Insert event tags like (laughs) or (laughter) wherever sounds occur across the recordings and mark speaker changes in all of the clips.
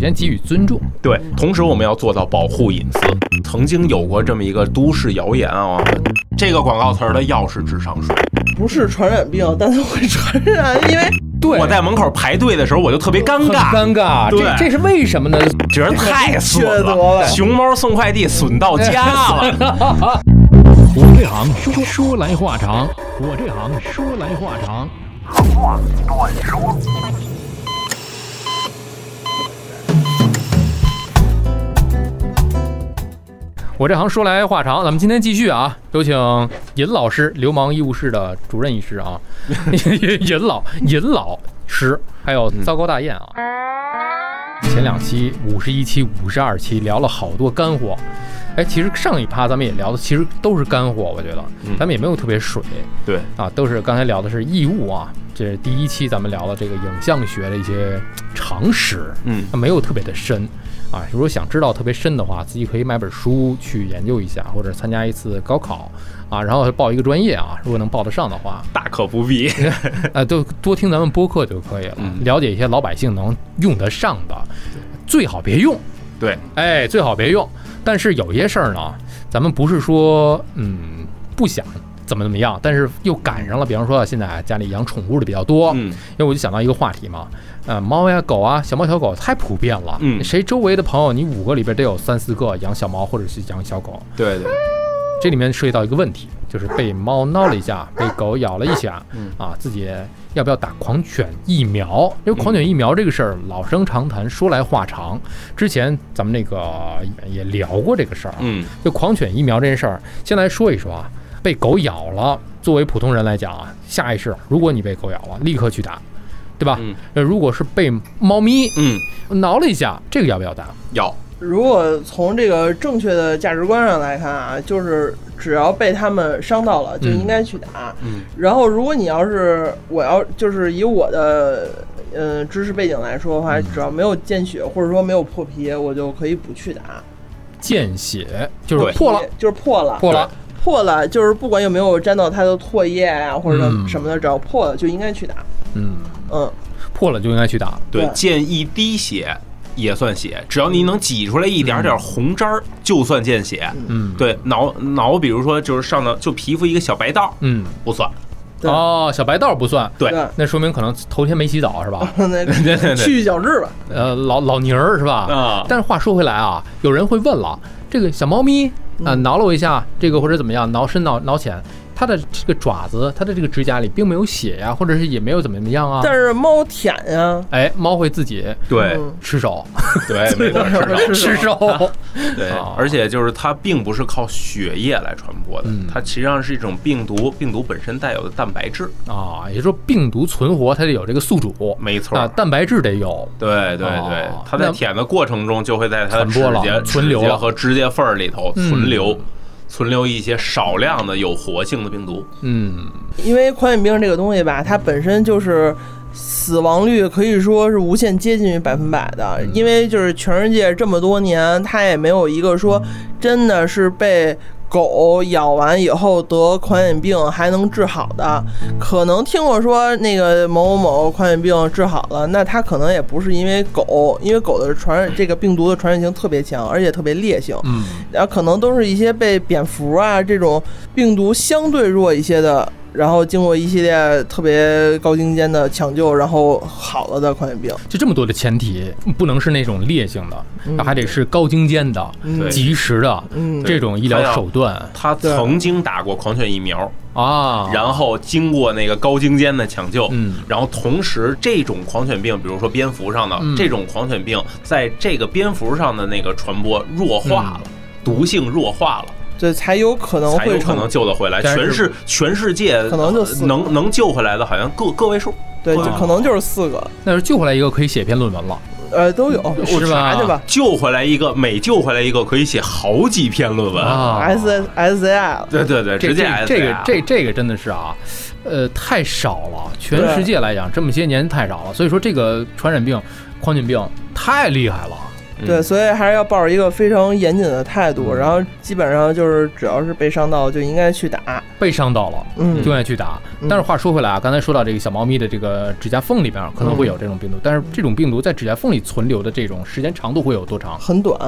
Speaker 1: 先给予尊重。
Speaker 2: 对，同时我们要做到保护隐私。曾经有过这么一个都市谣言啊，这个广告词儿的药是智商税。
Speaker 3: 不是传染病，但它会传染，因为
Speaker 1: 对，
Speaker 2: 我在门口排队的时候，我就特别尴
Speaker 1: 很
Speaker 2: 尬，
Speaker 1: 尴尬，
Speaker 2: 对
Speaker 1: 这这是为什么呢？
Speaker 2: 觉得太损
Speaker 3: 缺德
Speaker 2: 了。
Speaker 3: 了
Speaker 2: 熊猫送快递损到家了，
Speaker 4: 我这行说说来话长，我这行说来话长。
Speaker 1: 我这行说来话长，咱们今天继续啊，有请尹老师，流氓医务室的主任医师啊， (laughs) 尹老尹老师，还有糟糕大雁啊。前两期五十一期、五十二期聊了好多干货，哎，其实上一趴咱们也聊的其实都是干货，我觉得
Speaker 2: 嗯
Speaker 1: 咱们也没有特别水
Speaker 2: 对
Speaker 1: 啊，都是刚才聊的是义务啊，这是第一期咱们聊的这个影像学的一些常识，
Speaker 2: 嗯
Speaker 1: 它没有特别的深啊。如果想知道特别深的话，自己可以买本书去研究一下，或者参加一次高考啊，然后报一个专业啊，如果能报得上的
Speaker 2: (laughs)
Speaker 1: 话，
Speaker 2: 大可不必。
Speaker 1: 呃，都多听咱们播客就可以了，
Speaker 2: 嗯
Speaker 1: 了解一些老百姓能用得上的，最好别用，
Speaker 2: 对，
Speaker 1: 哎，最好别用。但是有些事儿呢，咱们不是说嗯不想怎么怎么样，但是又赶上了，比方说现在家里养宠物的比较多，
Speaker 2: 嗯，
Speaker 1: 因为我就想到一个话题嘛，呃，猫呀、狗啊、小猫、小狗太普遍了。
Speaker 2: 嗯
Speaker 1: 谁周围的朋友，你五个里边得有三四个养小猫或者是养小狗。
Speaker 2: 对对，
Speaker 1: 这里面涉及到一个问题，就是被猫挠了一下，
Speaker 2: 嗯
Speaker 1: 被狗咬了一下，啊，自己要不要打狂犬疫苗？因为狂犬疫苗这个事儿老生常谈，说来话长。之前咱们那个也聊过这个事儿啊，
Speaker 2: 嗯
Speaker 1: 就狂犬疫苗这件事儿，先来说一说啊。被狗咬了，作为普通人来讲啊，下意识，如果你被狗咬了，立刻去打，对吧？
Speaker 2: 嗯
Speaker 1: 呃，如果是被猫咪
Speaker 2: 嗯，
Speaker 1: 挠了一下，这个要不要打？
Speaker 2: 要
Speaker 3: 如果从这个正确的价值观上来看啊，就是只要被他们伤到了，就应该去打。
Speaker 2: 嗯
Speaker 3: 然后，如果你要是我要就是以我的呃知识背景来说的话，只要没有见血或者说没有破皮，我就可以不去打。
Speaker 1: 见血就是
Speaker 2: 对
Speaker 1: 破了，
Speaker 3: 就是破了，
Speaker 1: 破了，
Speaker 3: 破了就是不管有没有沾到它的唾液啊或者
Speaker 1: 嗯
Speaker 3: 什么的，只要破了就应该去打。
Speaker 1: 嗯，
Speaker 3: 嗯，
Speaker 1: 破了就应该去打。
Speaker 2: 对，
Speaker 3: 对
Speaker 2: 见一滴血也算血，只要你能挤出来一点点红汁儿，就算见血。
Speaker 1: 嗯，，
Speaker 2: 对，挠挠，比如说就是上到就皮肤一个小白道儿
Speaker 1: 嗯，
Speaker 2: 不算，
Speaker 3: 对
Speaker 1: 哦，小白道不算，
Speaker 2: 对啊
Speaker 3: 对，
Speaker 1: 那说明可能头天没洗澡是吧？
Speaker 3: 那个
Speaker 2: 对对对
Speaker 3: 去角质吧，
Speaker 1: 呃，老老泥儿是吧？
Speaker 2: 啊
Speaker 1: 但是话说回来啊，有人会问了，这个小猫咪啊、
Speaker 3: 嗯
Speaker 1: 挠了我一下，这个或者怎么样，挠深挠挠浅，它的这个爪子，它的这个指甲里并没有血呀、或者是也没有怎么怎么样啊。
Speaker 3: 但是猫舔呀，
Speaker 1: 哎，猫会自己
Speaker 2: 对
Speaker 3: 嗯
Speaker 1: 吃手，
Speaker 2: (laughs) 对，没错，是的。
Speaker 1: (laughs) 吃手，
Speaker 2: (laughs) 对
Speaker 1: 啊，
Speaker 2: 而且就是它并不是靠血液来传播的
Speaker 1: 嗯，
Speaker 2: 它实际上是一种病毒，病毒本身带有的蛋白质。
Speaker 1: 啊，也就是说病毒存活它得有这个宿主，
Speaker 2: 没错
Speaker 1: 啊，，蛋白质得有，
Speaker 2: 对对对
Speaker 1: 哦，
Speaker 2: 它在
Speaker 1: 那
Speaker 2: 舔的过程中就会在它的
Speaker 1: 传
Speaker 2: 指
Speaker 1: 播了
Speaker 2: 甲、
Speaker 1: 存留
Speaker 2: 指甲
Speaker 1: 了
Speaker 2: 和指甲缝儿里头存
Speaker 1: 嗯
Speaker 2: 留。存留一些少量的有活性的病毒，
Speaker 1: 嗯，
Speaker 3: 因为狂犬病这个东西吧，它本身就是死亡率可以说是无限接近于百分百的，因为就是全世界这么多年，它也没有一个说真的是被。狗咬完以后得狂犬病还能治好的，可能听过说那个某某某狂犬病治好了，那它可能也不是因为狗，因为狗的传染这个病毒的传染性特别强，而且特别烈性，
Speaker 1: 嗯，
Speaker 3: 然后可能都是一些被蝙蝠啊这种病毒相对弱一些的，然后经过一系列特别高精尖的抢救，然后好了的狂犬病。
Speaker 1: 就这么多的前提，不能是那种烈性的，还得是高精尖的、
Speaker 2: 对
Speaker 1: 及时的、
Speaker 3: 嗯
Speaker 1: 这种医
Speaker 2: 还
Speaker 1: 疗
Speaker 2: 要
Speaker 1: 手段
Speaker 2: 它
Speaker 3: 对
Speaker 2: 曾经打过狂犬疫苗，
Speaker 1: 啊。
Speaker 2: 然后经过那个高精尖的抢救，
Speaker 1: 嗯
Speaker 2: 然后同时这种狂犬病，比如说蝙蝠上的、
Speaker 1: 嗯
Speaker 2: 这种狂犬病，在这个蝙蝠上的那个传播弱化
Speaker 1: 嗯
Speaker 2: 了，毒性弱化了，
Speaker 3: 这才有可能
Speaker 2: 才有
Speaker 3: 会
Speaker 2: 可
Speaker 3: 成
Speaker 2: 能救得回来。
Speaker 1: 但是
Speaker 2: 全世全世界
Speaker 3: 可能就
Speaker 2: 呃
Speaker 3: 死
Speaker 2: 能能救回来的，好像个个位数。
Speaker 3: 对，就
Speaker 2: 哦
Speaker 3: 可能就是四个，
Speaker 1: 那是救回来一个可以写篇论文了，
Speaker 3: 呃，都有，
Speaker 1: 嗯是吧
Speaker 3: 查去吧。
Speaker 2: 救回来一个，每救回来一个可以写好几篇论文。
Speaker 1: 啊
Speaker 3: S S Z I 了，
Speaker 2: 对对对，
Speaker 1: 这
Speaker 2: 呃直接
Speaker 1: 这
Speaker 2: SCI
Speaker 1: 这个这这个真的是啊，呃，太少了，全世界来讲这么些年太少了，所以说这个传染病、狂犬病太厉害了，
Speaker 3: 对，所以还是要抱着一个非常严谨的态
Speaker 1: 嗯
Speaker 3: 度，然后基本上就是只要是被伤到就应该去打，
Speaker 1: 被伤到了。
Speaker 3: 嗯
Speaker 1: 就，愿意去打。
Speaker 3: 嗯
Speaker 1: 但是话说回来啊，刚才说到这个小猫咪的这个指甲缝里边啊可能会有这种病毒，但是这种病毒在指甲缝里存留的这种时间长度会有多长？
Speaker 3: 很短，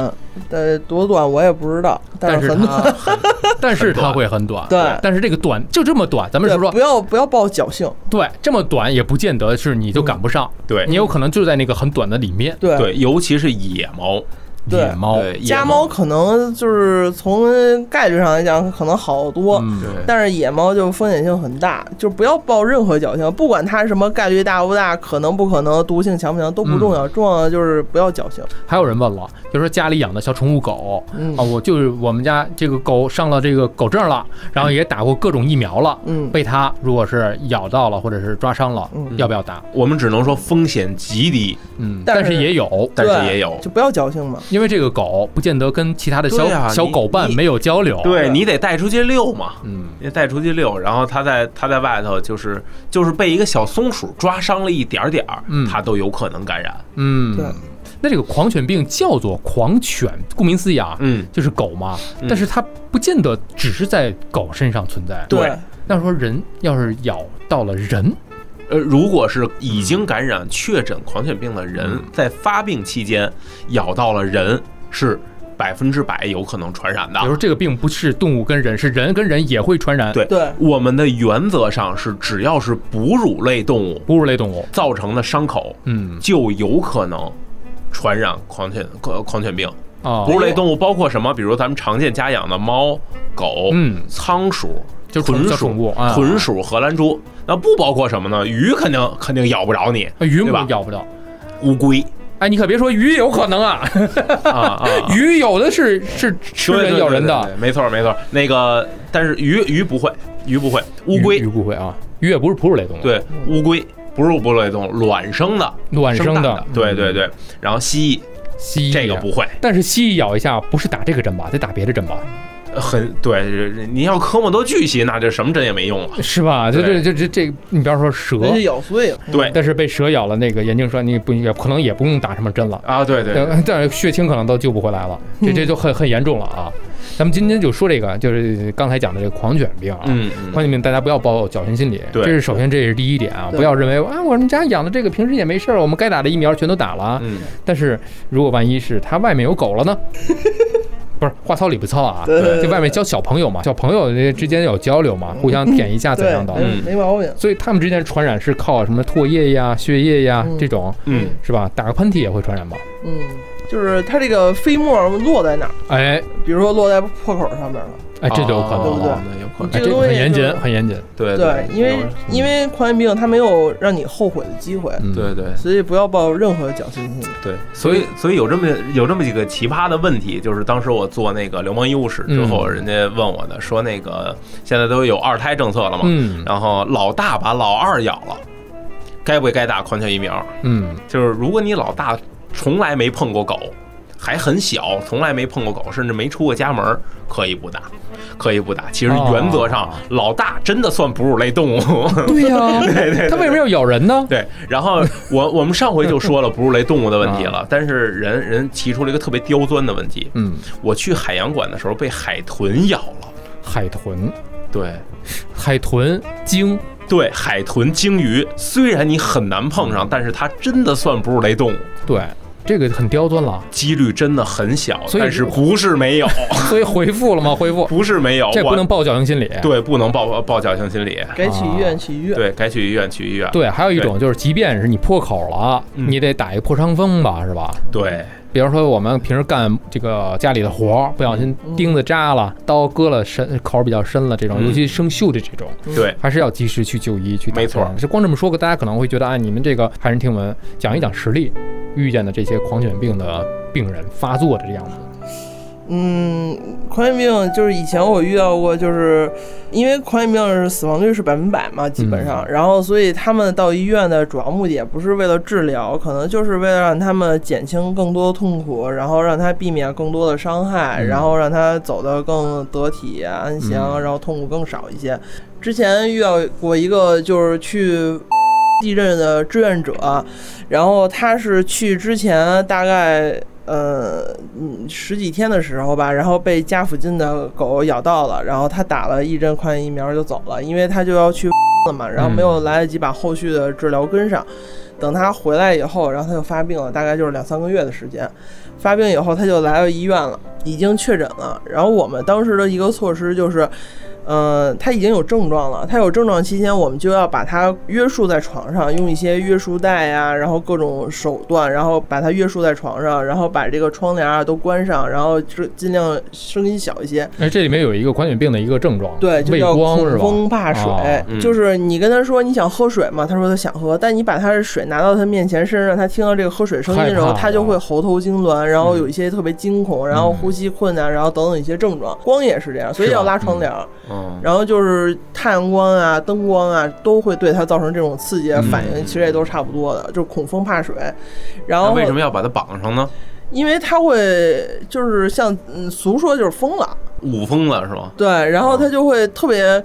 Speaker 3: 呃，多短我也不知道，
Speaker 1: 但
Speaker 3: 是
Speaker 1: 是
Speaker 3: 很短。
Speaker 1: 它，但是它会很短。
Speaker 3: 对
Speaker 1: 但是这个短就这么短，咱们
Speaker 3: 对
Speaker 1: 是，说
Speaker 3: 不要不要抱侥幸，
Speaker 1: 对这么短也不见得是你就赶不上，
Speaker 2: 对
Speaker 1: 你有可能就在那个很短的里面。
Speaker 3: 对
Speaker 2: 嗯对，尤其是野猫，
Speaker 3: 对
Speaker 1: 野猫，
Speaker 2: 对野
Speaker 3: 家猫可能就是从概率上来讲可能好得多，
Speaker 1: 嗯，
Speaker 2: 对
Speaker 3: 但是野猫就风险性很大，就不要抱任何侥幸，不管它什么概率大不大，可能不可能，毒性强不强都不重要，
Speaker 2: 嗯
Speaker 3: 重要的就是不要侥幸。
Speaker 1: 还有人问了，就说家里养的小宠物狗
Speaker 3: 嗯
Speaker 1: 啊，我就是我们家这个狗上了这个狗证了，然后也打过各种疫苗了，
Speaker 3: 嗯
Speaker 1: 被它如果是咬到了或者是抓伤了，
Speaker 3: 嗯
Speaker 1: 要不要打？
Speaker 2: 我们只能说风险极低，
Speaker 1: 嗯，
Speaker 3: 但
Speaker 1: 但
Speaker 3: 是
Speaker 1: 是也有，
Speaker 2: 但是
Speaker 3: 对
Speaker 2: 也有
Speaker 3: 就不要侥幸嘛。
Speaker 1: 因为这个狗不见得跟其他的小、
Speaker 2: 对啊
Speaker 1: 小
Speaker 2: 你
Speaker 1: 狗伴
Speaker 2: 你
Speaker 1: 没有交流。，
Speaker 2: 对你得带出去遛嘛，
Speaker 1: 嗯，
Speaker 2: 你带出去遛，然后它在它在外头就是就是被一个小松鼠抓伤了一点点儿
Speaker 1: 嗯，
Speaker 2: 它都有可能感染。
Speaker 1: 嗯
Speaker 3: 对，
Speaker 1: 那这个狂犬病叫做狂犬，顾名思义啊，
Speaker 2: 嗯，
Speaker 1: 就是狗嘛。
Speaker 2: 嗯
Speaker 1: 但是它不见得只是在狗身上存在。
Speaker 2: 对
Speaker 1: 那说人要是咬到了人，
Speaker 2: 呃，如果是已经感染确诊狂犬病的人
Speaker 1: 嗯，
Speaker 2: 在发病期间咬到了人，是百分之百有可能传染的
Speaker 1: 比。如说这个病不是动物跟人，是人跟人也会传染。
Speaker 2: 啊对
Speaker 3: 对
Speaker 2: 我们的原则上是，只要是哺乳类动物
Speaker 1: 哺乳类动物，
Speaker 2: 造成的伤口，
Speaker 1: 嗯
Speaker 2: 就有可能传染狂犬狂狂犬病。
Speaker 1: 啊
Speaker 2: 哺，乳类动物包括什么？比如咱们常见家养的猫、狗、
Speaker 1: 嗯，
Speaker 2: 仓鼠、
Speaker 1: 就宠
Speaker 2: 豚
Speaker 1: 小
Speaker 2: 鼠、
Speaker 1: 宠物啊，
Speaker 2: 豚鼠、荷兰猪。那不包括什么呢？鱼肯定肯定咬不着你，
Speaker 1: 啊鱼
Speaker 2: 对吧
Speaker 1: 母咬不了。
Speaker 2: 乌
Speaker 1: (laughs)
Speaker 2: 龟
Speaker 1: 哎，你可别说鱼有可能啊，
Speaker 2: 啊啊，啊
Speaker 1: 鱼有的是是吃
Speaker 2: 对对
Speaker 1: 人
Speaker 2: 对
Speaker 1: 咬人的。
Speaker 2: 对对对没错没错。那个，但是鱼鱼不会，鱼不会，乌龟
Speaker 1: 鱼不会啊，鱼也不是哺乳类动物，，
Speaker 2: 对乌龟不是哺乳类动物，卵生的，
Speaker 1: 卵生
Speaker 2: 蛋
Speaker 1: 的，嗯
Speaker 2: 对对对。然后蜥
Speaker 1: 蜥蜴啊
Speaker 2: 蜴这个不。会，
Speaker 1: 但是蜥蜴咬一下，不是打这个针吧，得打别的针吧，
Speaker 2: 很对。这您要科莫多巨蜥，那这什么针也没用了。
Speaker 1: 是吧？就这
Speaker 2: 对
Speaker 1: 这这这，你比方说蛇，
Speaker 3: 人家咬碎了。
Speaker 2: 对
Speaker 1: 但是被蛇咬了，那个眼镜蛇，你不也可能也不用打什么针了，
Speaker 2: 啊，对对对，
Speaker 1: 但但是血清可能都救不回来了，这这就很很严重了啊。咱们今天就说这个，就是刚才讲的这个狂犬病啊，
Speaker 2: 嗯嗯。
Speaker 1: 朋友们，大家不要抱有侥幸心理，
Speaker 2: 对
Speaker 1: 这是首先，这是第一点啊，
Speaker 3: 对
Speaker 1: 不要认为啊，我们家养的这个平时也没事儿，我们该打的疫苗全都打了啊。
Speaker 2: 嗯，
Speaker 1: 但是如果万一是它外面有狗了呢？ (laughs) 不是话糙理不糙啊，
Speaker 3: 对对对
Speaker 1: 这外面教小朋友嘛，小朋友之间有交流嘛，互相舔一下怎
Speaker 3: 对
Speaker 1: 样的，
Speaker 3: 没哎
Speaker 2: 嗯
Speaker 3: 没毛病。
Speaker 1: 所以他们之间传染是靠什么唾液呀、血液呀
Speaker 3: 嗯
Speaker 1: 这种，
Speaker 2: 嗯，
Speaker 1: 是吧？打个喷嚏也会传染吧？
Speaker 3: 嗯，就是它这个飞沫落在哪儿，
Speaker 1: 哎
Speaker 3: 比如说落在破口上面了。
Speaker 1: 哎，这就有可能了。
Speaker 2: 哦那有可能
Speaker 1: 哎，
Speaker 3: 这个
Speaker 1: 这
Speaker 3: 东西
Speaker 1: 很严谨
Speaker 3: 就是，
Speaker 1: 很严谨。
Speaker 2: 对嗯
Speaker 3: 对，因为因为狂犬病它没有让你后悔的机会，
Speaker 1: 嗯，
Speaker 2: 对对
Speaker 3: 所以不要抱任何侥幸心理。
Speaker 2: 对，所以所以有这么有这么几个奇葩的问题，就是当时我做那个流氓医务室
Speaker 1: 嗯
Speaker 2: 之后，人家问我的，说那个现在都有二胎政策了嘛，
Speaker 1: 嗯
Speaker 2: 然后老大把老二咬了，该不该打狂犬疫苗？
Speaker 1: 嗯
Speaker 2: 就是如果你老大从来没碰过狗，还很小，从来没碰过狗，甚至没出过家门，可以不打，可以不打。其实原则上，
Speaker 1: 哦
Speaker 2: 老大真的算哺乳类动物。
Speaker 1: 对 (laughs) 呀，它为什么要咬人呢？
Speaker 2: (laughs) 对，然后我我们上回就说了哺乳类动物的问题了，但是人人提出了一个特别刁钻的问题。
Speaker 1: 嗯，
Speaker 2: 我去海洋馆的时候被海豚咬了，
Speaker 1: 海豚、
Speaker 2: 对
Speaker 1: 海豚、鲸，
Speaker 2: 对，海豚、鲸鱼，虽然你很难碰上，但是它真的算哺乳类动物，
Speaker 1: 对，这个很刁钻 (laughs) 了。
Speaker 2: 几率真的很小，
Speaker 1: 所以
Speaker 2: 但是不是没有，
Speaker 1: 所以回复了吗？回 (laughs) 复，
Speaker 2: 不是没有，
Speaker 1: 这
Speaker 2: 我
Speaker 1: 不能抱侥幸心理。
Speaker 2: 对，不能抱抱侥幸心理，
Speaker 3: 该去医
Speaker 1: 啊
Speaker 3: 院去医院。
Speaker 2: 对该去医院去医院，
Speaker 1: 对，还有一种就是，即便是你破口了，
Speaker 2: 嗯
Speaker 1: 你得打一破伤风吧，是吧？
Speaker 2: 对
Speaker 1: 比方说我们平时干这个家里的活儿，不小心
Speaker 3: 嗯
Speaker 1: 钉子扎了、刀割了深口儿比较深了这种，
Speaker 2: 嗯
Speaker 1: 尤其生锈的这种，
Speaker 2: 对，
Speaker 1: 还是要及时去就医去打针。
Speaker 2: 没错
Speaker 1: 就光这么说，大家可能会觉得，哎，你们这个骇人听闻，讲一讲实例，遇见的这些狂犬病的病人发作的这样子。
Speaker 3: 嗯，狂犬病就是以前我遇到过，就是因为狂犬病是死亡率是百分百嘛，基本上，
Speaker 1: 嗯
Speaker 3: 然后所以他们到医院的主要目的也不是为了治疗，可能就是为了让他们减轻更多的痛苦，然后让他避免更多的伤害，
Speaker 1: 嗯
Speaker 3: 然后让他走得更得体、安详，
Speaker 1: 嗯
Speaker 3: 然后痛苦更少一些。之前遇到过一个就是去地震的志愿者，然后他是去之前大概呃嗯十几天的时候吧，然后被家附近的狗咬到了，然后他打了一针狂犬疫苗就走了，因为他就要去 (laughs) 了嘛，然后没有来得及把后续的治疗跟上。等他回来以后，然后他就发病了，大概就是两三个月的时间。发病以后，他就来到医院了，已经确诊了。然后我们当时的一个措施就是，呃，他已经有症状了，他有症状期间，我们就要把他约束在床上，用一些约束带啊，然后各种手段，然后把他约束在床上，然后把这个窗帘啊都关上，然后就尽量声音小一些。
Speaker 1: 哎，这里面有一个狂犬病的一个症状，
Speaker 3: 对，就
Speaker 1: 畏
Speaker 3: 叫
Speaker 1: 光
Speaker 3: 恐
Speaker 1: 是吧？
Speaker 3: 风怕水，
Speaker 1: 哦
Speaker 2: 嗯
Speaker 3: 就是你跟他说你想喝水嘛，他说他想喝，但你把他的水拿到他面前身上，他听到这个喝水声音的时
Speaker 1: 害
Speaker 3: 候，
Speaker 1: 怕
Speaker 3: 他就会喉头痉挛，然后有一些特别惊恐，然后呼吸困难，然后等等一些症状。光也是这样，所以
Speaker 1: 是吧
Speaker 3: 要拉窗帘儿，
Speaker 2: 嗯，
Speaker 3: 然后就是太阳光啊、灯光啊，都会对他造成这种刺激的反应，其实也都是差不多的，就是恐风怕水。然
Speaker 2: 那
Speaker 3: 后
Speaker 2: 为什么要把它绑上呢？
Speaker 3: 因为他会就是像嗯俗说就是疯了。
Speaker 2: 捂疯了是吗？
Speaker 3: 对，然后他就会特别，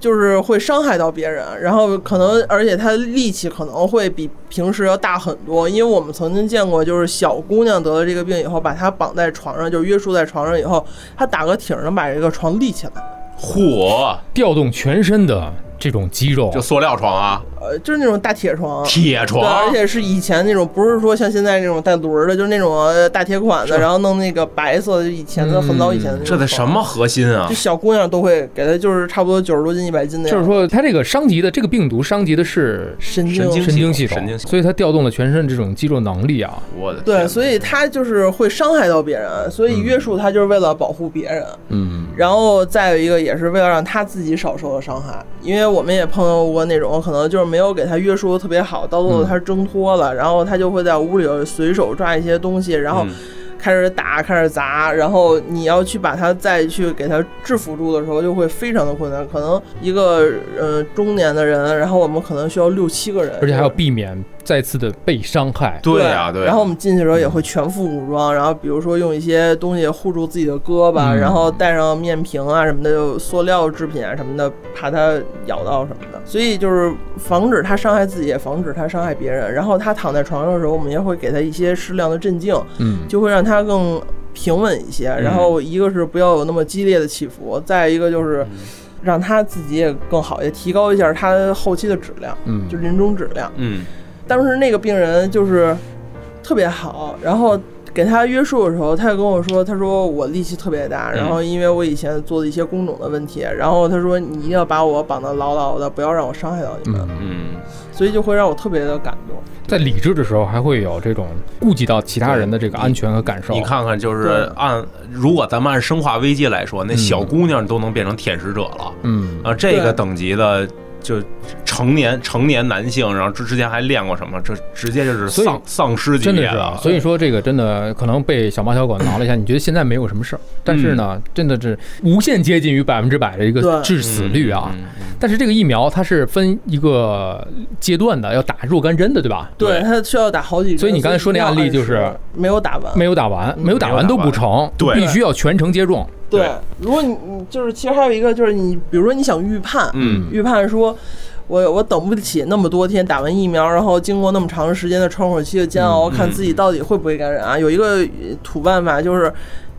Speaker 3: 就是会伤害到别人，然后可能而且他力气可能会比平时要大很多，因为我们曾经见过，就是小姑娘得了这个病以后，把她绑在床上，就是约束在床上以后，她打个挺儿能把这个床立起来，
Speaker 2: 嚯，
Speaker 1: 调动全身的这种肌肉，
Speaker 2: 就塑料床啊，
Speaker 3: 呃，就是那种大铁床。
Speaker 2: 铁
Speaker 3: 呃对，而
Speaker 2: 床，
Speaker 3: 且是以前那种，不是说像现在那种带轮儿的，就是那种呃大铁款的，然后弄那个白色的，以前的很早以前的
Speaker 2: 嗯
Speaker 3: 那种
Speaker 2: 这
Speaker 3: 床。
Speaker 2: 得什么核心啊
Speaker 3: 就？小姑娘都会给她，就是差不多九十多斤、一百斤的样
Speaker 1: 就
Speaker 3: 子。
Speaker 1: 是说它这个伤及的这个病毒伤及的是
Speaker 3: 神经
Speaker 2: 神经
Speaker 1: 神经系
Speaker 2: 系统神经系统
Speaker 1: 所以它调动了全身这种肌肉能力啊。
Speaker 2: 我的
Speaker 3: 对，
Speaker 2: 天
Speaker 3: 所以他就是会伤害到别人，所
Speaker 2: 嗯
Speaker 3: 以约束他就是为了保护别人，
Speaker 1: 嗯，
Speaker 3: 然后再有一个也是为了让他自己少受到伤害，因为我们也碰到过那种可能就是没有给他约束的特别好，到
Speaker 1: 嗯
Speaker 3: 最后他挣脱了，然后他就会在屋里随手抓一些东西，然后
Speaker 2: 嗯
Speaker 3: 开始打，开始砸，然后你要去把他再去给他制服住的时候，就会非常的困难。可能一个呃中年的人，然后我们可能需要六七个人，
Speaker 1: 而且还
Speaker 3: 就
Speaker 1: 要
Speaker 3: 是
Speaker 1: 避免再次的被伤害。
Speaker 2: 对啊，对啊。
Speaker 3: 然后我们进去的时候也会全副武装，然后比如说用一些东西护住自己的胳膊，
Speaker 1: 嗯
Speaker 3: 然后带上面屏啊什么的，就塑料制品啊什么的，怕它咬到什么的。所以就是防止它伤害自己，也防止它伤害别人。然后它躺在床上的时候，我们也会给它一些适量的镇静，
Speaker 1: 嗯，
Speaker 3: 就会让它更平稳一些。
Speaker 2: 嗯
Speaker 3: 然后一个是不要有那么激烈的起伏，再一个就是
Speaker 2: 嗯
Speaker 3: 让它自己也更好一些，提高一下它后期的质量，
Speaker 1: 嗯
Speaker 3: 就临终质量。
Speaker 2: 嗯，
Speaker 3: 当时那个病人就是特别好，然后给他约束的时候，他就跟我说，他说我力气特别大，
Speaker 2: 嗯
Speaker 3: 然后因为我以前做的一些工种的问题，然后他说你一定要把我绑得牢牢的，不要让我伤害到你们，
Speaker 1: 嗯，
Speaker 2: 嗯，
Speaker 3: 所以就会让我特别的感动。
Speaker 1: 在理智的时候还会有这种顾及到其他人的这个安全和感受。
Speaker 2: 你，看看，就是
Speaker 3: 对嗯
Speaker 2: 按如果咱们按生化危机来说，那小姑娘都能变成舔食者了
Speaker 1: 嗯，
Speaker 2: 啊，这个
Speaker 3: 对
Speaker 2: 等级的就成年成年男性，然后之之前还练过什么，这直接就是
Speaker 1: 所以
Speaker 2: 丧丧尸级
Speaker 1: 真的
Speaker 2: 别嗯
Speaker 1: 是
Speaker 2: 了
Speaker 1: 啊。。所以说这个真的可能被小猫小狗挠了一下，你觉得现在没有什么事儿，但是呢，真的是无限接近于百分之百的一个
Speaker 3: 对
Speaker 1: 致
Speaker 2: 嗯
Speaker 1: 死率啊。
Speaker 2: 嗯嗯
Speaker 1: 但是这个疫苗它是分一个阶段的，要打若干针的，对吧？
Speaker 2: 对
Speaker 3: 他需要打好几针，
Speaker 1: 所以你刚才说那案例
Speaker 3: 所以一定要
Speaker 1: 就是
Speaker 3: 按时没有打完，
Speaker 1: 没有打完，没有打完都不成，
Speaker 2: 对
Speaker 1: 必须要全程接种。
Speaker 3: 对
Speaker 2: 对。
Speaker 3: 如果你你就是其实还有一个就是你，比如说你想预判，
Speaker 2: 嗯
Speaker 3: 预判说。我我等不起那么多天打完疫苗，然后经过那么长时间的窗口期的煎
Speaker 2: 嗯
Speaker 3: 熬，看自己到底会不会感染啊？有一个呃土办法就是，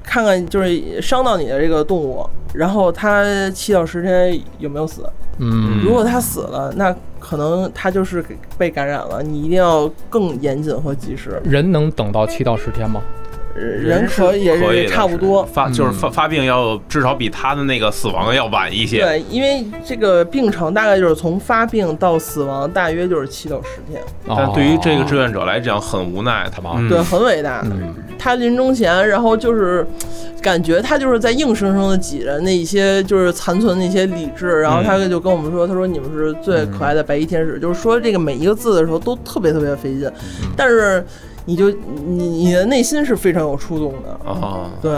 Speaker 3: 看看就是伤到你的这个动物，然后它七到十天有没有死。
Speaker 1: 嗯，
Speaker 3: 如果它死了，那可能它就是给被感染了。你一定要更严谨和及时，
Speaker 1: 人能等到七到十天吗？
Speaker 3: 呃人可也
Speaker 2: 可以
Speaker 3: 是
Speaker 2: 的
Speaker 3: 差不
Speaker 2: 是
Speaker 3: 多。嗯
Speaker 2: 发就是发发病要至少比他的那个死亡要晚一些。
Speaker 3: 对，因为这个病程大概就是从发病到死亡，大约就是七到十天，
Speaker 2: 但对于这个志
Speaker 1: 哦
Speaker 2: 愿者来讲，很无奈，他
Speaker 1: 吧
Speaker 2: 嗯
Speaker 3: 对，很伟大。
Speaker 1: 嗯
Speaker 3: 他临终前，然后就是感觉他就是在硬生生的挤着那一些就是残存的一些理智，然后他就跟我们说，他说你们是最可爱的白衣天使，就是说这个每一个字的时候都特别特别费劲，但是你就你你的内心是非常有触动的，
Speaker 2: 啊，
Speaker 3: 对，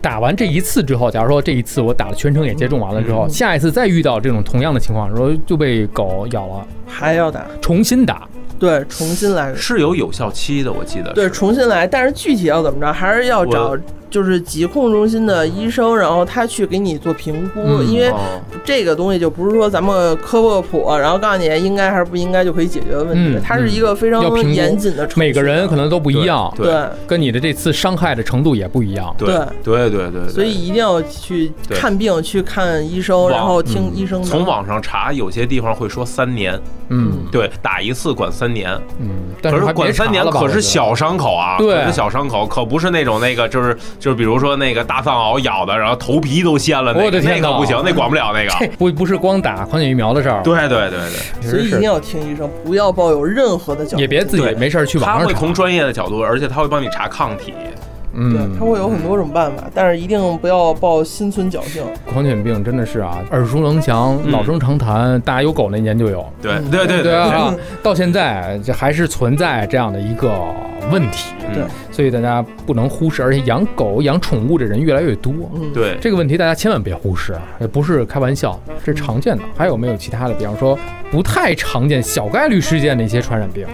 Speaker 1: 打完这一次之后，假如说这一次我打了全程也接种完了之后，
Speaker 3: 嗯
Speaker 1: 下一次再遇到这种同样的情况，说就被狗咬了，
Speaker 3: 还要打，
Speaker 1: 重新打，
Speaker 3: 对，重新来，
Speaker 2: 是有有效期的，我记得
Speaker 3: 对，
Speaker 2: 是
Speaker 3: 重新来。但是具体要怎么着，还是要找
Speaker 2: 我
Speaker 3: 就是疾控中心的医生，然后他去给你做评估，
Speaker 1: 嗯
Speaker 3: 因为
Speaker 2: 哦
Speaker 3: 这个东西就不是说咱们科普个谱，然后告诉你应该还是不应该就可以解决的问题，
Speaker 1: 嗯
Speaker 3: 它是一个非常
Speaker 1: 要评估
Speaker 3: 严谨的程序。
Speaker 1: 每个人可能都不一样，
Speaker 2: 对
Speaker 3: 对，
Speaker 1: 跟你的这次伤害的程度也不一样。
Speaker 2: 对对对对，对
Speaker 3: 所以一定要去
Speaker 2: 对
Speaker 3: 看病，去看医生，
Speaker 2: 网
Speaker 3: 然后听医生的。
Speaker 2: 从网上查，有些地方会说三年，
Speaker 1: 嗯
Speaker 2: 对，打一次管三年，
Speaker 1: 嗯，但
Speaker 2: 可
Speaker 1: 还
Speaker 2: 是
Speaker 1: 别
Speaker 2: 管
Speaker 1: 查
Speaker 2: 三年
Speaker 1: 了吧
Speaker 2: 可是，小伤口啊，
Speaker 1: 对
Speaker 2: 可是小伤口，可不是那种那个就是就是比如说那个大丧袄咬的，然后头皮都掀了，那
Speaker 1: 我的
Speaker 2: 个
Speaker 1: 天
Speaker 2: 那
Speaker 1: 哪
Speaker 2: 个不行，那管不
Speaker 1: 我觉
Speaker 2: 了那
Speaker 3: (laughs)
Speaker 2: 个。
Speaker 1: 得哎不不是光打狂犬疫苗的事儿，
Speaker 2: 对对对对，
Speaker 1: 其
Speaker 3: 所以
Speaker 1: 实
Speaker 3: 一定
Speaker 1: 是
Speaker 3: 要听医生，不要抱有任何的侥幸心理。
Speaker 1: 也别自己
Speaker 2: 对
Speaker 1: 没事儿去网
Speaker 2: 他
Speaker 1: 上
Speaker 2: 会从
Speaker 1: 查，
Speaker 2: 专业的角度，而且他会帮你查抗体。
Speaker 3: 对
Speaker 1: 嗯，，
Speaker 3: 他会有很多种办法，但是一定不要抱心存侥幸。
Speaker 1: 狂犬病真的是啊，耳熟能详，
Speaker 2: 嗯
Speaker 1: 老生常谈，大家有狗那年就有，
Speaker 2: 对
Speaker 3: 嗯
Speaker 2: 哎对对
Speaker 1: 对啊
Speaker 3: 对对，
Speaker 1: 到现在这还是存在这样的一个问题，
Speaker 3: 对
Speaker 2: 嗯
Speaker 1: 所以大家不能忽视，而且养狗养宠物的人越来越多，
Speaker 3: 嗯，，
Speaker 2: 对，
Speaker 1: 这个问题大家千万别忽视，啊，也不是开玩笑，这是常见的。还有没有其他的，比方说不太常见、小概率事件的一些传染病？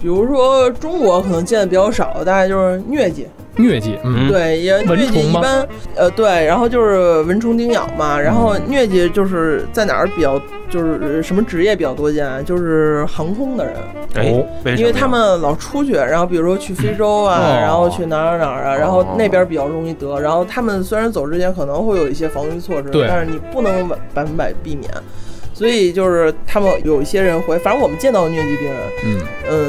Speaker 3: 比如说中国可能见的比较少，大概就是疟疾，
Speaker 1: 疟疾，嗯，
Speaker 2: 嗯
Speaker 3: 对，也
Speaker 1: 蚊
Speaker 3: 疟疾
Speaker 1: 虫
Speaker 3: 一
Speaker 1: 吗嗯
Speaker 3: 般，呃，对，然后就是蚊虫叮咬嘛，然后疟疾就是在哪儿比较，就是什么职业比较多见啊？就是航空的人，
Speaker 2: 哎
Speaker 1: 哦，
Speaker 2: 为什
Speaker 3: 因
Speaker 2: 么
Speaker 3: 为
Speaker 2: 呀
Speaker 3: 他们老出去，然后比如说去非洲啊，
Speaker 1: 嗯哦哦
Speaker 3: 然后去哪儿哪儿啊，然后那边比较容易得，然后他们虽然走之前可能会有一些防御措施
Speaker 1: 对，
Speaker 3: 但是你不能百百分百避免。所以就是他们有一些人会，反正我们见到疟疾病人，
Speaker 1: 嗯，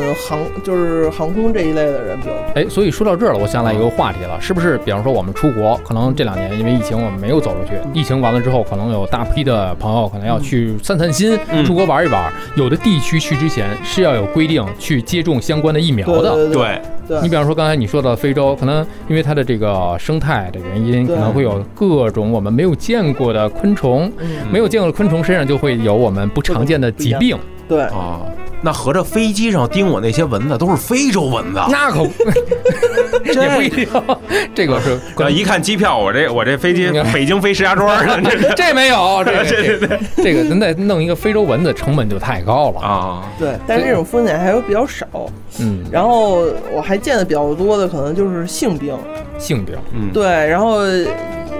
Speaker 3: 呃，航就是航空这一类的人比较多。
Speaker 1: 哎，所以说到这儿了，我想起来
Speaker 3: 嗯
Speaker 1: 一个话题了，是不是？比方说我们出国，可能这两年因为疫情我们没有走出去，
Speaker 3: 嗯
Speaker 1: 疫情完了之后，可能有大批的朋友可能要去散散心，
Speaker 2: 嗯
Speaker 1: 出国玩一玩。有的地区去之前是要有规定去接种相关的疫苗
Speaker 3: 对
Speaker 1: 的。
Speaker 3: 对
Speaker 2: 对
Speaker 3: 对
Speaker 1: 你比方说刚才你说到非洲，可能因为它的这个生态的原因，可
Speaker 3: 对
Speaker 1: 能会有各种我们没有见过的昆虫，
Speaker 3: 嗯，
Speaker 1: 没有见过的昆虫身上就会有我们不常见的疾病。
Speaker 3: 对，
Speaker 2: 哦，那合着飞机上叮我那些蚊子都是非洲蚊子，
Speaker 1: 那可 (laughs)
Speaker 2: (laughs)
Speaker 1: 也不一定，
Speaker 3: 哎
Speaker 1: 这个是可
Speaker 2: 呃，
Speaker 1: 能
Speaker 2: 一看机票，我这我这飞机
Speaker 1: 嗯
Speaker 2: 北京飞石家庄的这
Speaker 1: (laughs) 这没有，这个
Speaker 2: (laughs) 这
Speaker 1: 这个这个咱再弄一个非洲蚊子，成本就太高了。
Speaker 2: 啊，
Speaker 3: 对，但是这种风险还有比较少。
Speaker 1: 嗯，
Speaker 3: 然后我还见的比较多的可能就是性病，
Speaker 1: 性病，
Speaker 2: 嗯，
Speaker 3: 对，然后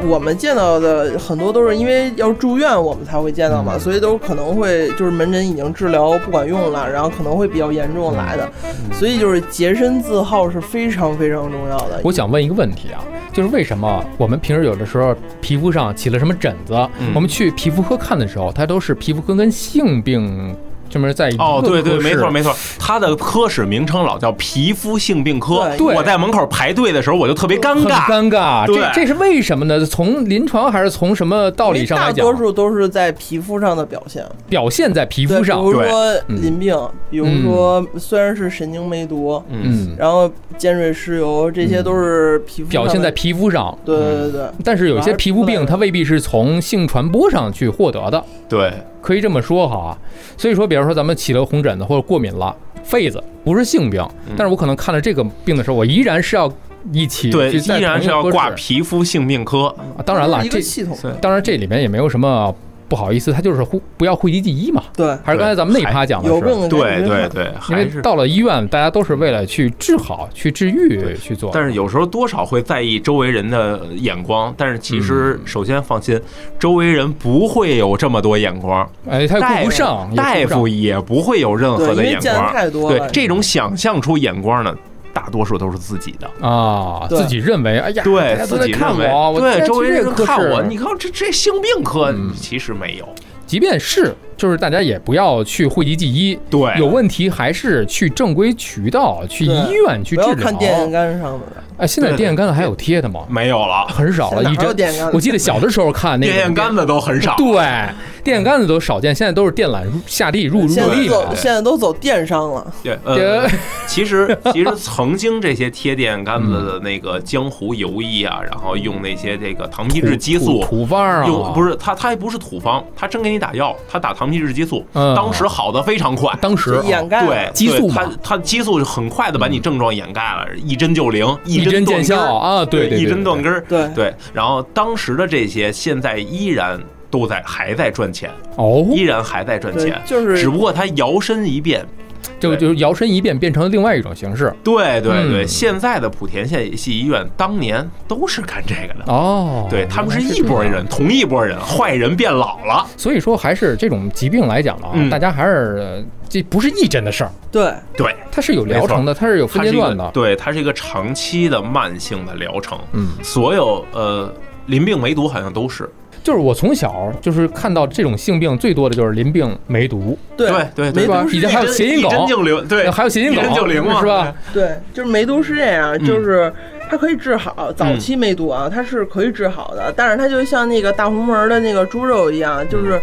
Speaker 3: 我们见到的很多都是因为要住院我们才会见到嘛，
Speaker 1: 嗯
Speaker 3: 所以都可能会就是门诊已经治疗不管用了，然后可能会比较严重来的，
Speaker 1: 嗯
Speaker 3: 所以就是洁身自好是非常非常重要的。
Speaker 1: 我想问一个问题啊，就是为什么我们平时有的时候皮肤上起了什么疹子，
Speaker 2: 嗯
Speaker 1: 我们去皮肤科看的时候，它都是皮肤科跟性病专门在一个
Speaker 2: 哦，对对，
Speaker 1: 科室
Speaker 2: 没错没错，它的科室名称老叫皮肤性病科。
Speaker 3: 对
Speaker 2: 我在门口排队的时候，我就特别尴
Speaker 1: 很
Speaker 2: 尬。
Speaker 1: 尴尬，
Speaker 2: 对
Speaker 1: 这这是为什么呢？从临床还是从什么道
Speaker 3: 因
Speaker 1: 理
Speaker 3: 为
Speaker 1: 上
Speaker 3: 大
Speaker 1: 来讲
Speaker 3: 多，数都是在皮肤上的表现，
Speaker 1: 表现在皮
Speaker 3: 对，
Speaker 1: 肤
Speaker 3: 比
Speaker 1: 上
Speaker 3: 如，
Speaker 2: 对
Speaker 3: 说
Speaker 1: 嗯
Speaker 3: 淋病，比如
Speaker 1: 嗯
Speaker 3: 说虽然是神经梅毒，
Speaker 1: 嗯，
Speaker 3: 然后尖锐湿疣，这些都是皮肤
Speaker 1: 表
Speaker 3: 上的
Speaker 1: 现在皮嗯肤上。
Speaker 3: 对对对对，
Speaker 1: 但是有些皮肤
Speaker 3: 反而出来
Speaker 1: 病，
Speaker 3: 了
Speaker 1: 它未必是从性传播上去获得的，
Speaker 2: 对，
Speaker 1: 可以这么说哈。啊所以说，比如说咱们起了红疹子或者过敏了，痱子不是性病，
Speaker 2: 嗯
Speaker 1: 但是我可能看了这个病的时候，我依然是要一起
Speaker 2: 对，
Speaker 1: 去在
Speaker 2: 依然
Speaker 1: 同一
Speaker 2: 是
Speaker 1: 个
Speaker 2: 要
Speaker 1: 科室
Speaker 2: 挂皮肤性病科。
Speaker 3: 嗯
Speaker 1: 啊当然了，
Speaker 3: 一
Speaker 1: 这
Speaker 3: 个系统，
Speaker 1: 当然这里面也没有什么不好意思，它就是互不要讳疾忌医嘛。
Speaker 3: 对，
Speaker 1: 还是刚才咱们那一趴讲的
Speaker 3: 有
Speaker 1: 是，
Speaker 3: 病
Speaker 2: 对对
Speaker 3: 对
Speaker 2: 对，
Speaker 1: 因
Speaker 2: 还
Speaker 1: 为
Speaker 2: 是。
Speaker 1: 到了医院，大家都是为了去治好、去治愈去做。
Speaker 2: 但是有时候多少会在意周围人的眼光，但是其实
Speaker 3: 嗯
Speaker 2: 首先放心，周围人不会有这么多眼光，
Speaker 1: 哎，他
Speaker 2: 大
Speaker 1: 也顾
Speaker 2: 夫
Speaker 1: 不上，也顾不
Speaker 2: 大
Speaker 1: 上
Speaker 2: 夫也不会有任
Speaker 3: 对，
Speaker 2: 何
Speaker 3: 因
Speaker 2: 的
Speaker 3: 为
Speaker 2: 眼
Speaker 3: 见的
Speaker 2: 光。
Speaker 3: 太多
Speaker 2: 对
Speaker 3: 了，，
Speaker 2: 这种想象出眼光呢，大多数都是自己的。
Speaker 1: 啊，
Speaker 3: 对
Speaker 1: 自己认为，哎呀，大
Speaker 2: 对
Speaker 1: 家都
Speaker 2: 自
Speaker 1: 在
Speaker 2: 己
Speaker 1: 看
Speaker 2: 认为
Speaker 1: 我，我现
Speaker 2: 对
Speaker 1: 在
Speaker 2: 周围
Speaker 1: 去这
Speaker 2: 人
Speaker 1: 个科
Speaker 2: 看
Speaker 1: 室
Speaker 2: 我，你看这这性病科
Speaker 1: 嗯
Speaker 2: 其实没有，
Speaker 1: 即便是，就是大家也不要去讳疾忌医，
Speaker 2: 对
Speaker 1: 有问题还是去正规渠道，去
Speaker 3: 对
Speaker 1: 医院去
Speaker 3: 不
Speaker 1: 治
Speaker 3: 要
Speaker 1: 疗。
Speaker 3: 看电线杆上的，
Speaker 1: 哎，现在
Speaker 2: 对
Speaker 1: 电线杆子还有贴的吗？
Speaker 2: 没有了，
Speaker 1: 很少
Speaker 3: 现
Speaker 1: 了，
Speaker 3: 在
Speaker 1: 一
Speaker 3: 哪有
Speaker 1: 针。
Speaker 3: 电线杆？
Speaker 1: 我记得小的时候看那个
Speaker 2: 电线杆子都很少。
Speaker 1: 对，电线杆子都少见，现在都是电缆入下地入
Speaker 3: 现
Speaker 1: 落
Speaker 3: 在
Speaker 1: 地
Speaker 3: 走
Speaker 1: 了。
Speaker 3: 现在都走电商了，
Speaker 2: 对，
Speaker 1: 这
Speaker 2: 呃，其实其实曾经这些贴电线杆子的那个江湖游医啊，然后用那些这个糖皮质激素
Speaker 1: 土土方啊，
Speaker 2: 用不是他他还不是土方，他真给你打药，他打糖皮质激素，
Speaker 1: 嗯
Speaker 2: 当时好的非常快。
Speaker 1: 当时
Speaker 3: 就
Speaker 1: 啊
Speaker 3: 掩盖
Speaker 2: 对
Speaker 3: 了，
Speaker 1: 激素
Speaker 2: 对
Speaker 1: 嘛
Speaker 2: 他他激素很快的把
Speaker 3: 嗯
Speaker 2: 你症状掩盖了，一针就灵，
Speaker 1: 一针
Speaker 2: 断
Speaker 1: 见效
Speaker 2: 根儿
Speaker 1: 啊，对对，
Speaker 2: 一针断
Speaker 1: 根。
Speaker 2: 根儿。
Speaker 3: 对
Speaker 2: 对，然后当时的这些现在依然都在还在赚钱，
Speaker 1: 哦，
Speaker 2: 依然还在赚
Speaker 3: 对
Speaker 2: 钱，，
Speaker 3: 就
Speaker 2: 只
Speaker 3: 是
Speaker 2: 不过它摇身一变，
Speaker 1: 就
Speaker 2: 对
Speaker 1: 就摇身一变变成了另外一种形式。
Speaker 2: 对对对，
Speaker 1: 嗯
Speaker 2: 现在的莆田县系医院当年都是干这个的。
Speaker 1: 哦，
Speaker 2: 对他们是
Speaker 1: 原来
Speaker 2: 一拨
Speaker 1: 这样
Speaker 2: 人，同一拨人，坏人变老了，
Speaker 1: 所以说还是这种疾病来讲啊，
Speaker 2: 嗯
Speaker 1: 大家还是呃这不是一针的事儿，
Speaker 3: 对，
Speaker 2: 对，
Speaker 1: 它是有疗程的，它是有分
Speaker 2: 它
Speaker 1: 阶
Speaker 2: 是一
Speaker 1: 段
Speaker 2: 个
Speaker 1: 的。
Speaker 2: 对，它是一个长期的慢性的疗程，
Speaker 1: 嗯，
Speaker 2: 所有呃淋病梅毒好像都是，
Speaker 1: 就是我从小就是看到这种性病最多的就是淋病、梅毒，
Speaker 3: 对
Speaker 2: 对对
Speaker 3: 梅
Speaker 1: 是吧
Speaker 3: 毒是
Speaker 1: 已经还有谐音
Speaker 2: 一针
Speaker 1: 梗
Speaker 2: 就灵，对，
Speaker 1: 还有谐音
Speaker 2: 一
Speaker 1: 梗
Speaker 2: 针就灵嘛，
Speaker 1: 是吧？
Speaker 3: 对，就是梅毒是这样，就是
Speaker 2: 嗯
Speaker 3: 它可以治好，早期梅毒啊，它是可以治好的，但是它就像那个大红门的那个猪肉一样，
Speaker 2: 嗯
Speaker 3: 就是。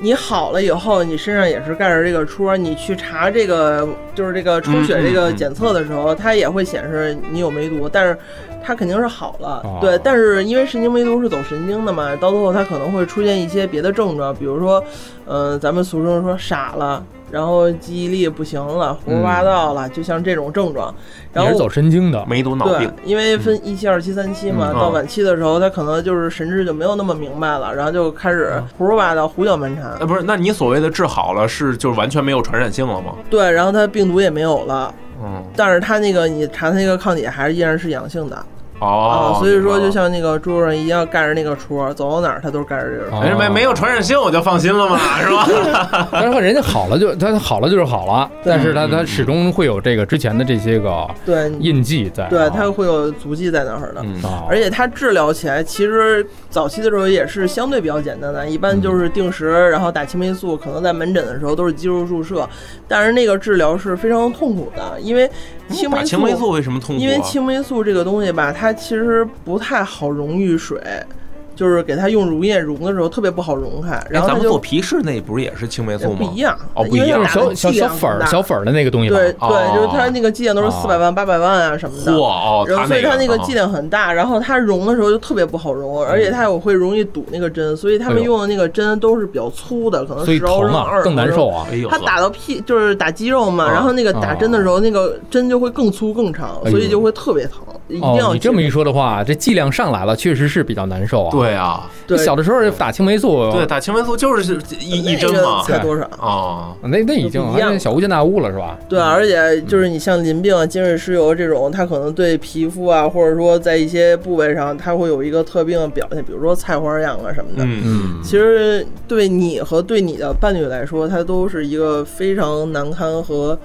Speaker 3: 你好了以后，你身上也是盖着这个戳。你去查这个，就是这个抽血
Speaker 2: 嗯嗯
Speaker 3: 这个
Speaker 2: 嗯
Speaker 3: 检测的时候，它也会显示你有梅毒，但是它肯定是好了。
Speaker 1: 哦
Speaker 3: 对，但是因为神经梅毒是走神经的嘛，到最后它可能会出现一些别的症状，比如说，呃，咱们俗称说傻了，然后记忆力不行了，胡说八道了，就像这种症状。然
Speaker 1: 也
Speaker 3: 后
Speaker 1: 是走神经的。
Speaker 2: 梅毒脑
Speaker 3: 对
Speaker 2: 病，，
Speaker 3: 因为分一期、二期、三期嘛，
Speaker 1: 嗯
Speaker 3: 到
Speaker 2: 嗯
Speaker 3: 晚期的时候，他可能就是神志就没有那么明白了，然后就开始胡说八道、胡搅蛮缠
Speaker 2: 呃，。不是，那你所谓的治好了，是就是完全没有传染性了吗？
Speaker 3: 对，然后他病毒也没有了，
Speaker 2: 嗯，
Speaker 3: 但是他那个你查他那个抗体还是依然是阳性的
Speaker 2: 哦
Speaker 3: 啊，，所以说
Speaker 2: 明
Speaker 3: 就
Speaker 2: 白了。
Speaker 3: 像那个猪上一样，盖着那个戳，走到哪儿他都是盖着这个戳。
Speaker 1: 啊
Speaker 2: 哎，没没有传染性，我就放心了嘛，
Speaker 3: (laughs)
Speaker 2: 是吧？
Speaker 1: 但是说人家好了
Speaker 2: (laughs)
Speaker 1: 就他好了就是好了，但
Speaker 2: 嗯
Speaker 1: 是他他始终会有这个之前的这些个
Speaker 3: 对，你
Speaker 1: 印记在啊。
Speaker 3: 对，他会有足迹在那儿的。
Speaker 2: 嗯
Speaker 1: 啊
Speaker 3: 而且它治疗起来，其实早期的时候也是相对比较简单的，一般就是定时，然后打青霉素，可能在门诊的时候都是肌肉注射，但是那个治疗是非常痛苦的，因为青霉
Speaker 2: 嗯打
Speaker 3: 素，
Speaker 2: 青霉素为什么痛苦啊？
Speaker 3: 因为青霉素这个东西吧，它其实不太好溶于水，就是给它用溶液溶的时候特别不好溶开，
Speaker 2: 哎
Speaker 3: 然后
Speaker 2: 咱
Speaker 3: 它
Speaker 2: 们做
Speaker 3: 就呃
Speaker 2: 皮试那不是也是青霉素
Speaker 3: 不
Speaker 2: 吗？
Speaker 3: 一样，
Speaker 2: 哦不一
Speaker 3: 因为
Speaker 2: 样
Speaker 1: 就
Speaker 3: 它
Speaker 1: 是
Speaker 3: 打的
Speaker 1: 小小
Speaker 3: 剂
Speaker 1: 小
Speaker 3: 量
Speaker 1: 粉儿
Speaker 3: 很大
Speaker 1: 小粉儿的那个东西吧。啊
Speaker 3: 对
Speaker 2: 哦
Speaker 3: 对，就是它那个剂量都是
Speaker 1: 哦
Speaker 3: 四百万、八百万啊什么的。
Speaker 2: 嚯哦，
Speaker 3: 然后所以
Speaker 2: 它
Speaker 3: 它那
Speaker 1: 嗯
Speaker 3: 个剂
Speaker 2: 量
Speaker 3: 量很大，然后它溶的时候就特别不好溶，而且它也会容易堵那个针，所以他
Speaker 1: 哎
Speaker 3: 们
Speaker 1: 呦
Speaker 3: 用的那个针都是比较粗的，可能
Speaker 1: 所以
Speaker 3: 十毫
Speaker 1: 疼
Speaker 3: 升、
Speaker 1: 啊，
Speaker 3: 二
Speaker 1: 更难受。啊。
Speaker 2: 哎呦
Speaker 3: 它
Speaker 2: 呵，
Speaker 3: 打到屁就是打肌肉嘛，
Speaker 2: 啊
Speaker 3: 然后那个打针的时候，那个针就会更粗更长，
Speaker 1: 啊哎呦
Speaker 3: 所以就会特别疼，一定
Speaker 1: 哦，
Speaker 3: 要
Speaker 1: 你这么一说的话，这剂量上来了，确实是比较难受啊。，
Speaker 2: 对啊，
Speaker 3: 对
Speaker 1: 小的时候打青霉素，
Speaker 2: 对，打青霉素就是一一针
Speaker 3: 那个
Speaker 2: 嘛，
Speaker 3: 才
Speaker 1: (laughs)
Speaker 3: 多少？
Speaker 2: 啊，
Speaker 1: 那那已经
Speaker 3: 不一样
Speaker 1: 哎小巫见大巫了，是吧？
Speaker 3: 对，啊而且
Speaker 1: 嗯
Speaker 3: 就是你像淋病啊、精神湿疣这种，它可能对皮肤啊，或者说在一些部位上，它会有一个特定的表现，比如说菜花样啊什么的。
Speaker 2: 嗯，
Speaker 1: 嗯，
Speaker 3: 其实对你和对你的伴侣来说，它都是一个非常难堪和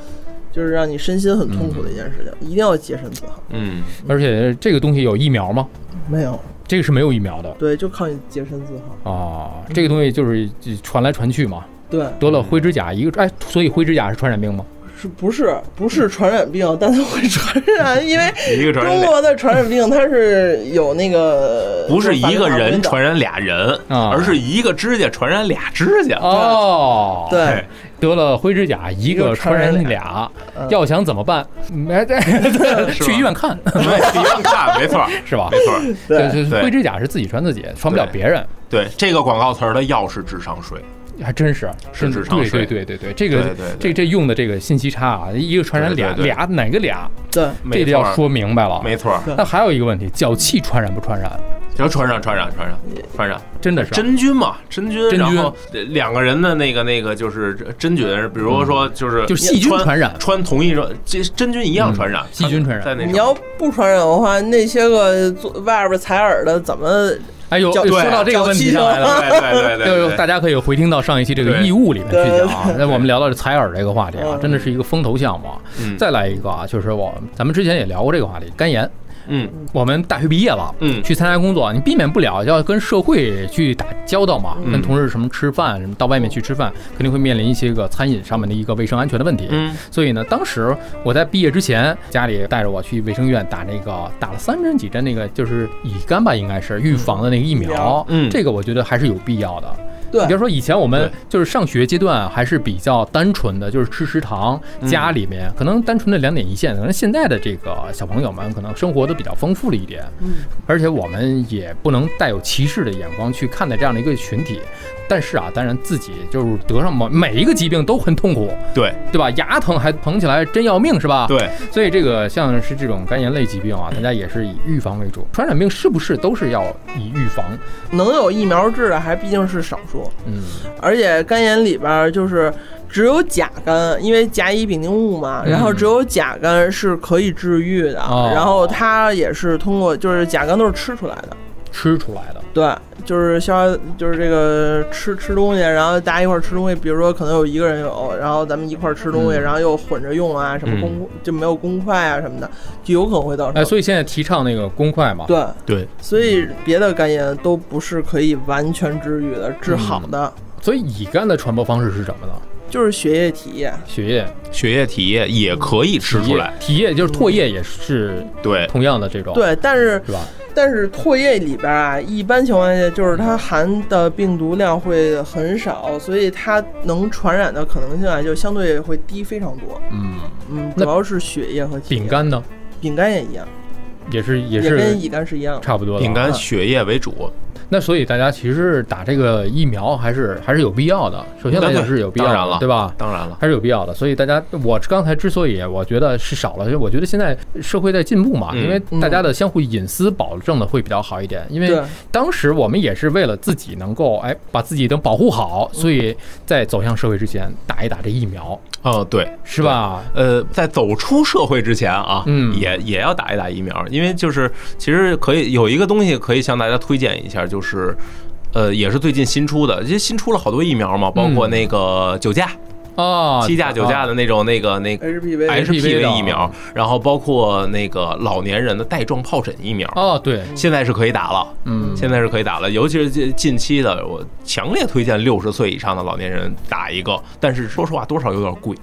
Speaker 3: 就是让你身心很痛苦的一件事情，一定要洁身自好。
Speaker 2: 嗯，
Speaker 1: 而且这个东西有疫苗吗？
Speaker 3: 没有，
Speaker 1: 这个是没有疫苗的
Speaker 3: 对，就靠你洁身自好。
Speaker 1: 啊。
Speaker 2: 嗯
Speaker 1: 这个东西就是就传来传去嘛，
Speaker 3: 对，
Speaker 1: 得了灰指甲一
Speaker 2: 嗯
Speaker 1: 个，哎，所以灰指甲是传染病吗？
Speaker 3: 是不是不是传染病，啊但它会传
Speaker 2: (laughs)
Speaker 3: 染，因为
Speaker 2: 一个传染
Speaker 3: 中
Speaker 2: 俩，
Speaker 3: 国的传染病它是有那个
Speaker 2: 不是一个人
Speaker 3: 法律法规的
Speaker 2: 传染俩人，
Speaker 1: 啊
Speaker 2: 而是一个指甲传染俩指甲。
Speaker 1: 哦，，
Speaker 3: 对
Speaker 2: 哎，
Speaker 1: 得了灰指甲一个传染俩，
Speaker 3: 嗯
Speaker 1: 要想怎么
Speaker 2: (laughs)
Speaker 1: 办？哎，对，
Speaker 2: 是吧
Speaker 1: 去医院看
Speaker 2: (laughs) 对，体验看，没错儿，
Speaker 1: 是吧
Speaker 2: 没？错儿。
Speaker 1: 对，
Speaker 3: 对
Speaker 1: 就是
Speaker 2: 对
Speaker 1: 灰指甲是自己传自己，传不了别人。
Speaker 2: 对，这个广告词儿的药是智商税，
Speaker 1: 还真是，
Speaker 2: 是
Speaker 1: 真
Speaker 2: 智商
Speaker 1: 对对
Speaker 2: 税
Speaker 1: 对对对，这个
Speaker 2: 对对对
Speaker 1: 这这用的这个信息差啊，一个传染俩
Speaker 2: 对对对
Speaker 1: 俩哪个俩，
Speaker 3: 对
Speaker 1: 这就
Speaker 2: 没错
Speaker 1: 要
Speaker 2: 儿，
Speaker 1: 说明白了。
Speaker 2: 没错儿，
Speaker 1: 那还有一个问题，脚气传染不传染？
Speaker 2: 只要传染，传染，传染，传染。
Speaker 1: 真的是
Speaker 2: 真菌嘛，真菌，
Speaker 1: 真菌
Speaker 2: 然后呃两个人的那个那个就是真菌，比如说就是
Speaker 1: 嗯就是细菌
Speaker 2: 穿
Speaker 1: 传染
Speaker 2: 穿同一种，这真菌一样
Speaker 1: 嗯
Speaker 2: 传染，
Speaker 1: 细菌传染
Speaker 2: 在那
Speaker 3: 嗯你
Speaker 2: 上
Speaker 3: 要不传染的话，那些个做外边采耳的怎么
Speaker 1: 哎呦，
Speaker 3: 脚
Speaker 1: 说到这个问题上来了。
Speaker 2: 对对对
Speaker 1: 哎呦，
Speaker 2: 对
Speaker 1: 大
Speaker 2: 对，
Speaker 1: 家可以回听到上一期这个
Speaker 2: 对
Speaker 1: 义务里面去讲啊
Speaker 3: 对。
Speaker 1: 那我们聊到这采耳这个话题啊，
Speaker 3: 嗯
Speaker 1: 真的是一个风投项目啊。
Speaker 2: 嗯
Speaker 1: 再来一个啊，就是我咱们之前也聊过这个话题，肝炎。
Speaker 2: 嗯
Speaker 1: 我们大学毕业了，
Speaker 2: 嗯
Speaker 1: 去参加工作，你避免不了要跟社会去打交道嘛，
Speaker 2: 嗯
Speaker 1: 跟同事什么吃饭，什么到外面去吃饭，肯定会面临一些个餐饮上面的一个卫生安全的问题。
Speaker 2: 嗯
Speaker 1: 所以呢，当时我在毕业之前，家里带着我去卫生院打那个打了三针几针那个就是乙肝吧，应该是预防的那个疫苗。
Speaker 2: 嗯
Speaker 1: 这个我觉得还是有必要的。
Speaker 3: 对
Speaker 1: 你别说以前我们
Speaker 2: 对
Speaker 1: 就是上学阶段还是比较单纯的，就是吃食堂，
Speaker 2: 嗯
Speaker 1: 家里面可能单纯的两点一线，可能现在的这个小朋友们可能生活都比较丰富了一点，
Speaker 3: 嗯，
Speaker 1: 而且我们也不能带有歧视的眼光去看待这样的一个群体。但是啊，当然自己就是得上某每一个疾病都很痛苦，
Speaker 2: 对
Speaker 1: 对吧？牙疼还疼起来真要命是吧？。
Speaker 2: 对，嗯
Speaker 1: 所以这个像是这种肝炎类疾病啊，大家也是以预防为主。传染病是不是都是要以预防？
Speaker 3: 能有疫苗治的还毕竟是少数，多。
Speaker 1: 嗯，
Speaker 3: 而且肝炎里边儿就是只有甲肝，因为甲乙丙丁戊嘛，然后只有甲肝是可以治愈的，
Speaker 1: 嗯哦
Speaker 3: 然后它也是通过就是甲肝都是吃出来的，
Speaker 1: 吃出来
Speaker 2: 嗯
Speaker 1: 的，
Speaker 3: 对，就是消就是这个吃吃东西，然后大家一块儿吃东西，比如说可能有一个人有，然后咱们一块儿吃东西，
Speaker 1: 嗯
Speaker 3: 然后又混着用啊，什么公、就没有公筷啊什么的，就有可能会造成。
Speaker 1: 哎，所以现在提倡那个公筷嘛，
Speaker 3: 对，
Speaker 2: 对，
Speaker 3: 所以别的肝炎都不是可以完全治愈的，
Speaker 1: 嗯
Speaker 3: 治好的、
Speaker 1: 所以乙肝的传播方式是什么呢？
Speaker 3: 就是血液体液。
Speaker 1: 血液
Speaker 2: 血液体液也可以吃
Speaker 1: 体
Speaker 2: 出
Speaker 1: 液
Speaker 2: 来，嗯
Speaker 1: 体液就是唾液也是
Speaker 2: 对，
Speaker 1: 同样的这种，
Speaker 3: 对，但是
Speaker 1: 是吧？
Speaker 3: 但是唾液里边啊，一般情况下就是它含的病毒量会很少，所以它能传染的可能性啊就相对会低非常多。
Speaker 1: 嗯，
Speaker 3: 嗯，主
Speaker 1: 那
Speaker 3: 要是血液和体液
Speaker 1: 丙肝呢，
Speaker 3: 丙肝也一样，
Speaker 1: 也是也
Speaker 3: 也
Speaker 1: 是
Speaker 3: 跟乙肝是一样的。
Speaker 1: 差不多的啊。
Speaker 2: 丙肝血液为主，
Speaker 1: 那所以大家其实打这个疫苗还是还是有必要的，首先来讲是有必要
Speaker 2: 当然
Speaker 1: 的，
Speaker 2: 了
Speaker 1: 对吧？
Speaker 2: 当然了，
Speaker 1: 还是有必要的，所以大家，我刚才之所以我觉得是少了，就是我觉得现在社会在进步嘛，
Speaker 2: 嗯
Speaker 1: 因为大家的相互隐私保证的会比较好一点。因为
Speaker 3: 对
Speaker 1: 当时我们也是为了自己能够哎把自己能保护好，所以在走向社会之前打一打这疫苗，
Speaker 2: 嗯，对，
Speaker 1: 是吧？
Speaker 2: 呃，在走出社会之前啊，
Speaker 1: 嗯
Speaker 2: 也也要打一打疫苗，因为就是其实可以有一个东西可以向大家推荐一下，就是。呃，也是最近新出的，其实新出了好多疫苗嘛，包括那个九价、
Speaker 1: 啊，
Speaker 2: 七价、九价
Speaker 1: 的，
Speaker 2: 的那种、那个、那个
Speaker 1: HPV
Speaker 3: HPV
Speaker 1: 的
Speaker 2: HPV 疫苗，然后包括那个老年人的带状疱疹疫苗，
Speaker 1: 哦，对，
Speaker 2: 现在是可以打了，
Speaker 1: 嗯，
Speaker 2: 现在是可以打了。尤其是近近期的，我强烈推荐六十岁以上的老年人打一个，但是说实话，多少有点贵，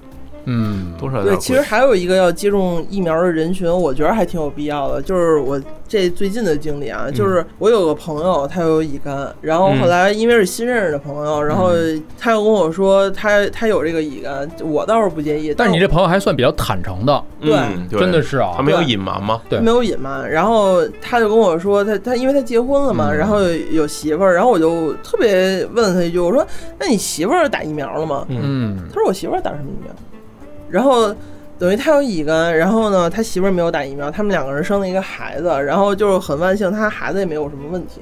Speaker 1: 嗯，
Speaker 2: 多少有点贵。
Speaker 3: 对，其实还有一个要接种疫苗的人群，我觉得还挺有必要的。就是我这最近的经历啊，就是我有个朋友，他有乙肝，然后后来因为是新认识的朋友，然后
Speaker 1: 嗯
Speaker 3: 他又跟我说他他有这个乙肝，我倒是不介意。
Speaker 1: 但是你
Speaker 3: 我
Speaker 1: 这朋友还算比较坦诚的，
Speaker 2: 嗯，对
Speaker 1: 真的是啊
Speaker 2: 他，没有隐瞒吗？
Speaker 1: 对
Speaker 3: 没有瘾嘛，然后他就跟我说，他他因为他结婚了嘛，
Speaker 1: 嗯
Speaker 3: 然后有有媳妇儿，然后我就特别问他一句，我说：“那你媳妇儿打疫苗了吗？”
Speaker 1: 嗯
Speaker 3: 他说我媳妇儿打什么疫苗？然后等于他有乙肝，然后呢，他媳妇儿没有打疫苗，他们两个人生了一个孩子，然后就是很万幸，他孩子也没有什么问题。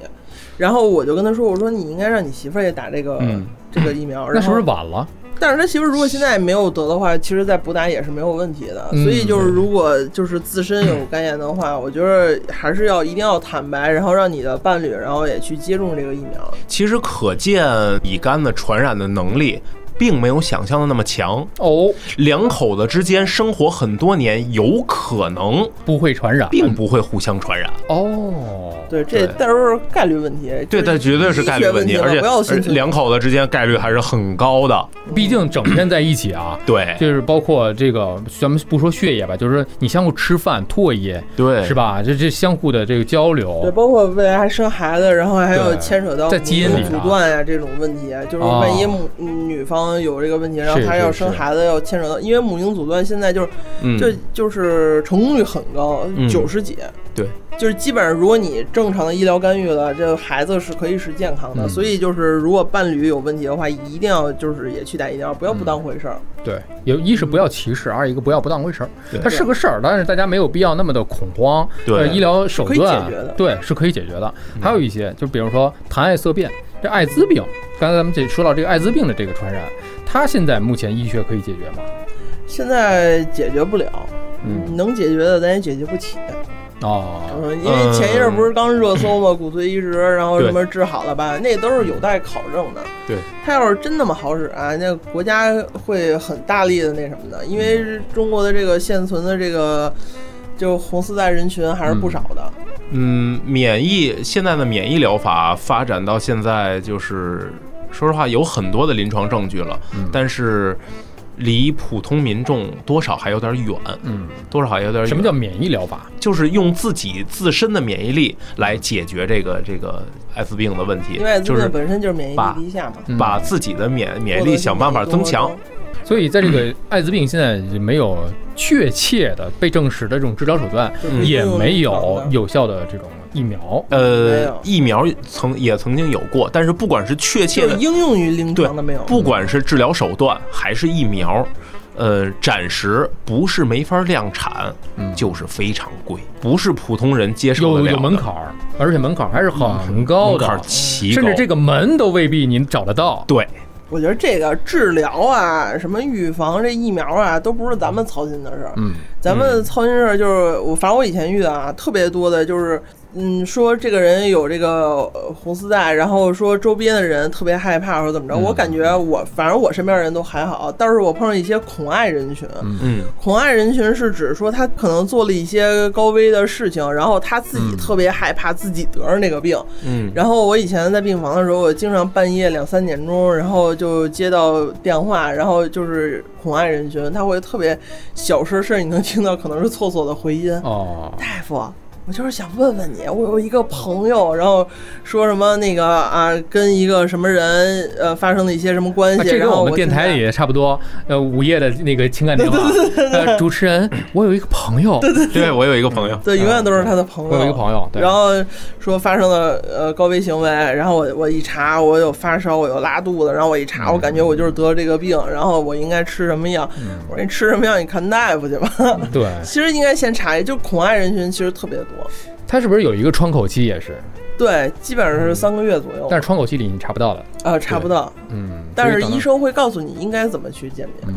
Speaker 3: 然后我就跟他说，我说你应该让你媳妇儿也打这个、
Speaker 2: 嗯
Speaker 3: 这个疫苗。
Speaker 1: 那
Speaker 3: 然
Speaker 1: 是不是
Speaker 3: 后，
Speaker 1: 晚了？
Speaker 3: 但是他媳妇儿如果现在没有得的话，其实再补打也是没有问题的。
Speaker 1: 嗯
Speaker 3: 所以就是如果就是自身有肝炎的话，我觉得还是要一定要坦白，然后让你的伴侣，然后也去接种这个疫苗。
Speaker 2: 其实可见乙肝的传染的能力。并没有想象的那么强，
Speaker 1: 哦，
Speaker 2: 两口子之间生活很多年，有可能
Speaker 1: 不会传染，
Speaker 2: 并不会互相传染。
Speaker 1: 哦，
Speaker 3: 对，这
Speaker 2: 对
Speaker 3: 都是概率问题。
Speaker 2: 对，
Speaker 3: 就是
Speaker 2: 但绝对是概率问
Speaker 3: 医
Speaker 2: 题，
Speaker 3: 学
Speaker 2: 而
Speaker 3: 问
Speaker 2: 且
Speaker 3: 嘛不要
Speaker 2: 而
Speaker 3: 心
Speaker 2: 且
Speaker 3: 存
Speaker 2: 两口子之间概率还是很高的。
Speaker 1: 毕竟整天在一起啊。
Speaker 2: 对
Speaker 1: 就是包括这个，咱们不说血液吧，就是说你相互吃饭、唾液，
Speaker 2: 对，
Speaker 1: 是？吧？这这相互的这个交
Speaker 3: 对，
Speaker 1: 流，
Speaker 3: 包括未来还生孩子，然后还有
Speaker 1: 对
Speaker 3: 牵扯到
Speaker 1: 在基因
Speaker 3: 母
Speaker 1: 里
Speaker 3: 乳阻
Speaker 1: 啊
Speaker 3: 断呀、这种问题啊，就是
Speaker 1: 啊
Speaker 3: 万
Speaker 2: 哦
Speaker 3: 一母、嗯女方有这个问题，然后
Speaker 1: 是
Speaker 3: 她
Speaker 1: 是
Speaker 3: 要
Speaker 1: 是
Speaker 3: 生孩子要牵扯到，因为母婴阻断现在就是
Speaker 2: 嗯，
Speaker 3: 这、就是成功率很高
Speaker 2: 嗯，
Speaker 3: 九十、几，
Speaker 2: 对，
Speaker 3: 就是基本上如果你正常的医疗干预了，这孩子是可以是健康的，
Speaker 1: 嗯
Speaker 3: 所以就是如果伴侣有问题的话，一定要就是也去打疫苗，不要不
Speaker 1: 嗯
Speaker 3: 当回事儿。
Speaker 1: 对，有一是不要歧视，二一个不要不当回事儿
Speaker 2: 对，
Speaker 1: 它是个事儿，但是大家没有必要那么的恐慌。
Speaker 2: 对嗯
Speaker 1: 呃医疗手
Speaker 3: 可以解
Speaker 1: 段
Speaker 3: 决的
Speaker 1: 对是可以解决的。还有一些，就比如说谈爱色变，这艾滋病，刚才咱们这说到这个艾滋病的这个传染，它现在目前医学可以解决吗？
Speaker 3: 现在解决不了，
Speaker 1: 嗯，
Speaker 3: 能解决的咱也解决不起。
Speaker 1: 哦，
Speaker 3: 嗯，因为前一阵儿不是刚热搜嘛，骨髓移植，然后
Speaker 2: 对
Speaker 3: 什么治好了吧，那都是有待考证的。
Speaker 2: 对，
Speaker 3: 他要是真那么好使啊，那国家会很大力的那什么的，因
Speaker 2: 嗯
Speaker 3: 为中国的这个现存的这个就红丝带人群还是不少的。
Speaker 2: 嗯，免疫现在的免疫疗法发展到现在，就是说实话有很多的临床证据了，
Speaker 1: 嗯
Speaker 2: 但是离普通民众多少还有点远，
Speaker 1: 嗯，
Speaker 2: 多少还有点远。
Speaker 1: 什么叫免疫疗法？
Speaker 2: 就是用自己自身的免疫力来解决这个这个艾滋病的问题
Speaker 3: 因为艾，滋
Speaker 2: 就是
Speaker 3: 病本身就是免疫
Speaker 2: 把
Speaker 3: 力低下嘛，
Speaker 1: 嗯
Speaker 2: 把自己的免免疫力想办法增强。
Speaker 1: 所以在这个艾滋病现在也没有确切的被证实的这种治疗手段，
Speaker 3: 嗯
Speaker 1: 也没有有效的这种疫苗。
Speaker 3: 没
Speaker 2: 呃
Speaker 3: 有，
Speaker 2: 疫苗曾也曾经有过，但是不管是确切
Speaker 3: 就
Speaker 2: 的
Speaker 3: 应用于临床的没有。
Speaker 2: 不管是治疗手段还是疫苗，呃，暂时不是没法量产，就是非常贵，不是普通人接受得
Speaker 1: 嗯有
Speaker 2: 了的
Speaker 1: 有门槛儿，而且门槛儿还是很高
Speaker 2: 门
Speaker 1: 的，
Speaker 2: 槛儿奇高，
Speaker 1: 甚至这个门都未必您找得到。
Speaker 2: 对
Speaker 3: 我觉得这个治疗啊，什么预防这疫苗啊，都不是咱们操心的事儿。
Speaker 1: 嗯，
Speaker 3: 咱们操心事儿就是我，反正我以前遇到啊，特别多的就是，嗯，说这个人有这个呃红丝带，然后说周边的人特别害怕或者怎么着。我感觉我反正我身边人都还好，但是我碰上一些恐爱人群，
Speaker 2: 嗯
Speaker 3: 恐爱人群是指说他可能做了一些高危的事情，然后他自己特别害怕自己得上那个病。
Speaker 2: 嗯
Speaker 3: 然后我以前在病房的时候，我经常半夜两三点钟，然后就接到电话，然后就是恐爱人群，他会特别小声，甚至你能听到可能是厕所的回音。
Speaker 1: 哦，
Speaker 3: 大夫，我就是想问问你，我有一个朋友，然后说什么那个啊，跟一个什么人呃发生了一些什么关
Speaker 1: 那
Speaker 3: 系，
Speaker 1: 啊这
Speaker 3: 然
Speaker 1: 跟
Speaker 3: 后
Speaker 1: 我们电
Speaker 3: 现
Speaker 1: 台
Speaker 3: 在
Speaker 1: 也差不多。呃，午夜的那个情感电话，呃，主持人，我有一个朋友，
Speaker 2: 对我有一个朋友，
Speaker 3: 对，永远都是他的朋友。
Speaker 1: 我有一个朋友，对，
Speaker 3: 然后说发生了呃高危行为，然后我我一查，我有发烧，我有拉肚子，然后我一查，我感觉我就是得了这个病，然后我应该吃什么药？我说你吃什么药？你看大夫去吧。
Speaker 1: 对，
Speaker 3: 其实应该先查一，就恐爱人群其实特别多，
Speaker 1: 他是不是有一个窗口期也是？
Speaker 3: 对，基本上是三个月左右，
Speaker 1: 但是窗口期里你查不到的，
Speaker 3: 呃查不到，
Speaker 1: 嗯，
Speaker 3: 但是
Speaker 1: 所以可能
Speaker 3: 医生会告诉你应该怎么去鉴别。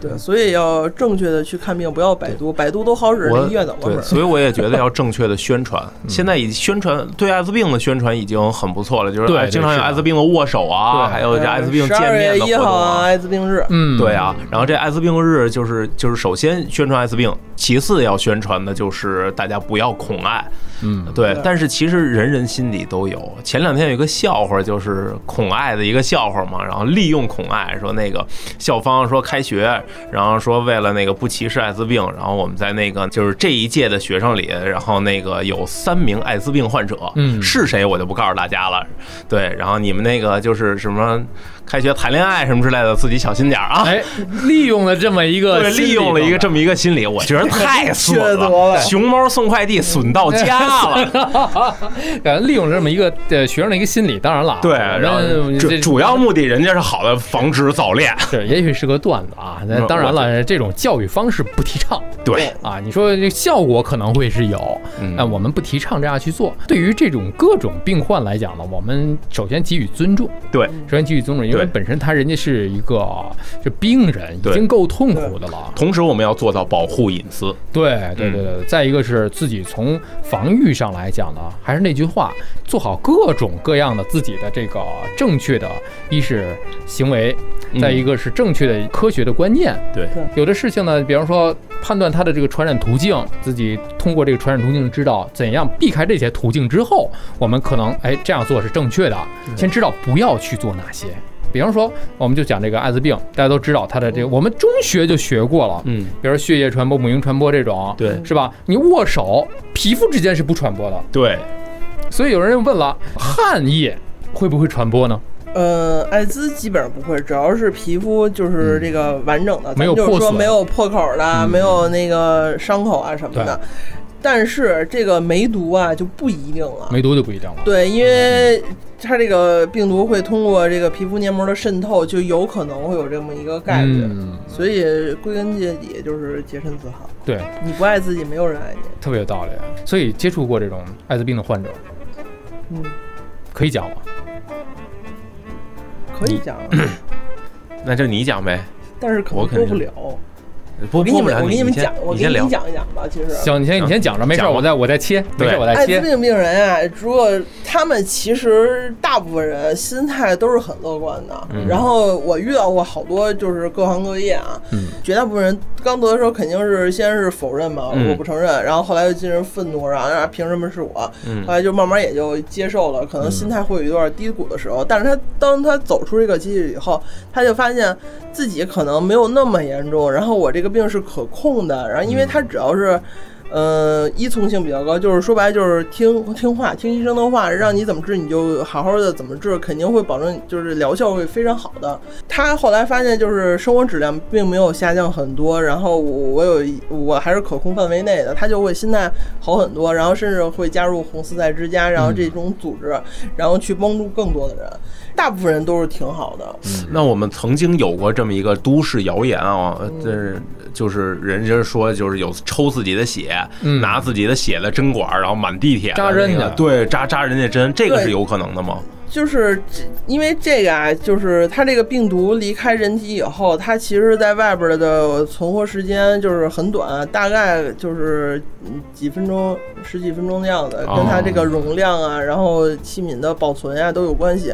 Speaker 3: 对，所以要正确的去看病，不要百度，百度都好使，
Speaker 2: 我
Speaker 3: 医院怎么
Speaker 2: 对，
Speaker 3: 使？
Speaker 2: 所以我也觉得要正确的宣传。
Speaker 1: 嗯
Speaker 2: 现在已宣传对艾滋病的宣传已经很不错了，就是
Speaker 1: 对
Speaker 2: 哎
Speaker 1: 对
Speaker 2: 经常有
Speaker 1: 是的
Speaker 2: 艾滋病的握手啊，
Speaker 1: 对
Speaker 2: 还有这艾滋病
Speaker 3: 十
Speaker 2: 见
Speaker 3: 二
Speaker 2: 面
Speaker 3: 月
Speaker 2: 的活
Speaker 3: 一
Speaker 2: 动
Speaker 3: 号啊，。艾滋病日，
Speaker 1: 嗯，
Speaker 2: 对啊，然后这艾滋病日就是就是首先宣传艾滋病，其次要宣传的就是大家不要恐艾，
Speaker 1: 嗯，
Speaker 2: 对
Speaker 3: 对。
Speaker 2: 但是其实人人心里都有。前两天有一个笑话，就是恐艾的一个笑话嘛，然后利用恐艾说那个校方说开学，然后说为了那个不歧视艾滋病，然后我们在那个就是这一届的学生里，然后那个有三名艾滋病患者，
Speaker 1: 嗯
Speaker 2: 是谁我就不告诉大家了。对，然后你们那个就是什么开学谈恋爱什么之类的，自己小心点儿啊。
Speaker 1: 哎，利用了这么一个
Speaker 2: (laughs) 对，
Speaker 1: 心理
Speaker 2: 利用了一个这么一个心理，我觉得太损
Speaker 3: 缺德了
Speaker 2: 熊猫送快递损到家了。
Speaker 1: 感觉利用了这么一个呃学生的一个心理，当然了啊，
Speaker 2: 对，
Speaker 1: 那
Speaker 2: 然后主
Speaker 1: 这
Speaker 2: 主要目的人家是好的，防止早恋。
Speaker 1: 是也许是个段子啊，那
Speaker 2: 嗯
Speaker 1: 当然了，这种教育方式不提倡
Speaker 2: 对，
Speaker 1: 啊。你说这个效果可能会是有，
Speaker 2: 嗯
Speaker 1: 但我们不提倡这样去做。对于这种各种病患来讲呢，我们首先给予尊重，
Speaker 2: 对，
Speaker 1: 首先给予尊重，因为
Speaker 2: 对
Speaker 1: 本身他人家是一个这病人，已
Speaker 2: 对
Speaker 1: 经够痛苦的了。
Speaker 2: 同时我们要做到保护隐私。
Speaker 1: 对对对对，再一个是自己从防御上来讲呢，还是那句话，做好各种各样的自己的这个正确的，一是行为，
Speaker 2: 嗯
Speaker 1: 再一个是正确的科学的观念。
Speaker 2: 对
Speaker 3: 对
Speaker 1: 有的事情呢，比方说判断它的这个传染途径，自己通过这个传染途径知道怎样避开这些途径之后，我们可能哎这样做是正确的，先知道不要去做哪些。比方说，我们就讲这个艾滋病，大家都知道它的这个，我们中学就学过了，
Speaker 2: 嗯，
Speaker 1: 比如说血液传播、母婴传播这种，
Speaker 2: 对
Speaker 1: 是吧？你握手，皮肤之间是不传播的，
Speaker 2: 对，
Speaker 1: 所以有人问了，汗液会不会传播呢？
Speaker 3: 呃，艾滋基本上不会，只要是皮肤就是这
Speaker 2: 嗯
Speaker 3: 个完整的，咱
Speaker 1: 没有
Speaker 3: 们就是
Speaker 1: 破
Speaker 3: 说
Speaker 1: 损
Speaker 3: 没有破口的，没有那个伤口啊什么的。但是这个梅毒啊就不一定了，
Speaker 1: 梅毒就不一定了。
Speaker 3: 对，因为它这个病毒会通过这个皮肤黏膜的渗透，就有可能会有这么一个概率。
Speaker 1: 嗯，
Speaker 3: 所以归根结底就是洁身自好，
Speaker 1: 对，
Speaker 3: 你不爱自己，没有人爱你。
Speaker 1: 特别有道理。所以接触过这种艾滋病的患者，
Speaker 3: 嗯，
Speaker 1: 可以讲吗？
Speaker 3: 可以讲，
Speaker 2: 那就你讲呗。
Speaker 3: 但是
Speaker 2: 嗯
Speaker 3: 可
Speaker 2: 我
Speaker 3: 能
Speaker 2: 肯定
Speaker 3: 播不了。
Speaker 2: 不，
Speaker 3: 我给你
Speaker 2: 播不
Speaker 3: 们，
Speaker 2: 了
Speaker 3: 我给
Speaker 2: 你
Speaker 3: 们
Speaker 2: 先
Speaker 3: 讲，我
Speaker 2: 你
Speaker 3: 给
Speaker 2: 先
Speaker 3: 你
Speaker 2: 聊。
Speaker 3: 讲一讲吧。其实
Speaker 1: 行，你先你先讲着，没事儿，
Speaker 2: 讲吧
Speaker 1: 我再我再切，
Speaker 2: 对
Speaker 1: 没事儿我再
Speaker 3: 艾滋
Speaker 1: 切。
Speaker 3: 病病人啊，如果他们其实大部分人心态都是很乐观的。
Speaker 2: 嗯
Speaker 3: 然后我遇到过好多就是各行各业啊，
Speaker 2: 嗯
Speaker 3: 绝大部分人刚得的时候肯定是先是否认嘛，
Speaker 2: 嗯
Speaker 3: 我不承认，然后后来又进入愤怒，然后啊凭什么是我？
Speaker 2: 嗯
Speaker 3: 后来就慢慢也就接受了，可能心态会有一段低谷的时候。但是他当他走出这个机制以后，他就发现
Speaker 2: 嗯
Speaker 3: 自己可能没有那么严重，然后我这个病是可控的，然后因为他只要是。呃，依从性比较高，就是说白了就是听听话，听医生的话，让你怎么治你就好好的怎么治，肯定会保证就是疗效会非常好的。他后来发现就是生活质量并没有下降很多，然后我我有一我还是可控范围内的，他就会心态好很多，然后甚至会加入红丝带之家，然后这种组织，然后去帮助更多的人。大部分人都是挺好的，
Speaker 2: 那我们曾经有过这么一个都市谣言啊，
Speaker 3: 嗯
Speaker 2: 这是就是人家说就是有抽自己的血，
Speaker 1: 嗯
Speaker 2: 拿自己的血的针管，然后满地铁的
Speaker 1: 扎人
Speaker 2: 那个
Speaker 1: 家
Speaker 2: 对，扎扎人家针，这个
Speaker 3: 对
Speaker 2: 是有可能的吗？
Speaker 3: 就是这因为这个啊，就是它这个病毒离开人体以后，它其实在外边的存活时间就是很短，啊大概就是嗯几分钟、十几分钟的样子，
Speaker 2: 哦
Speaker 3: 跟它这个容量啊，然后器皿的保存啊都有关系。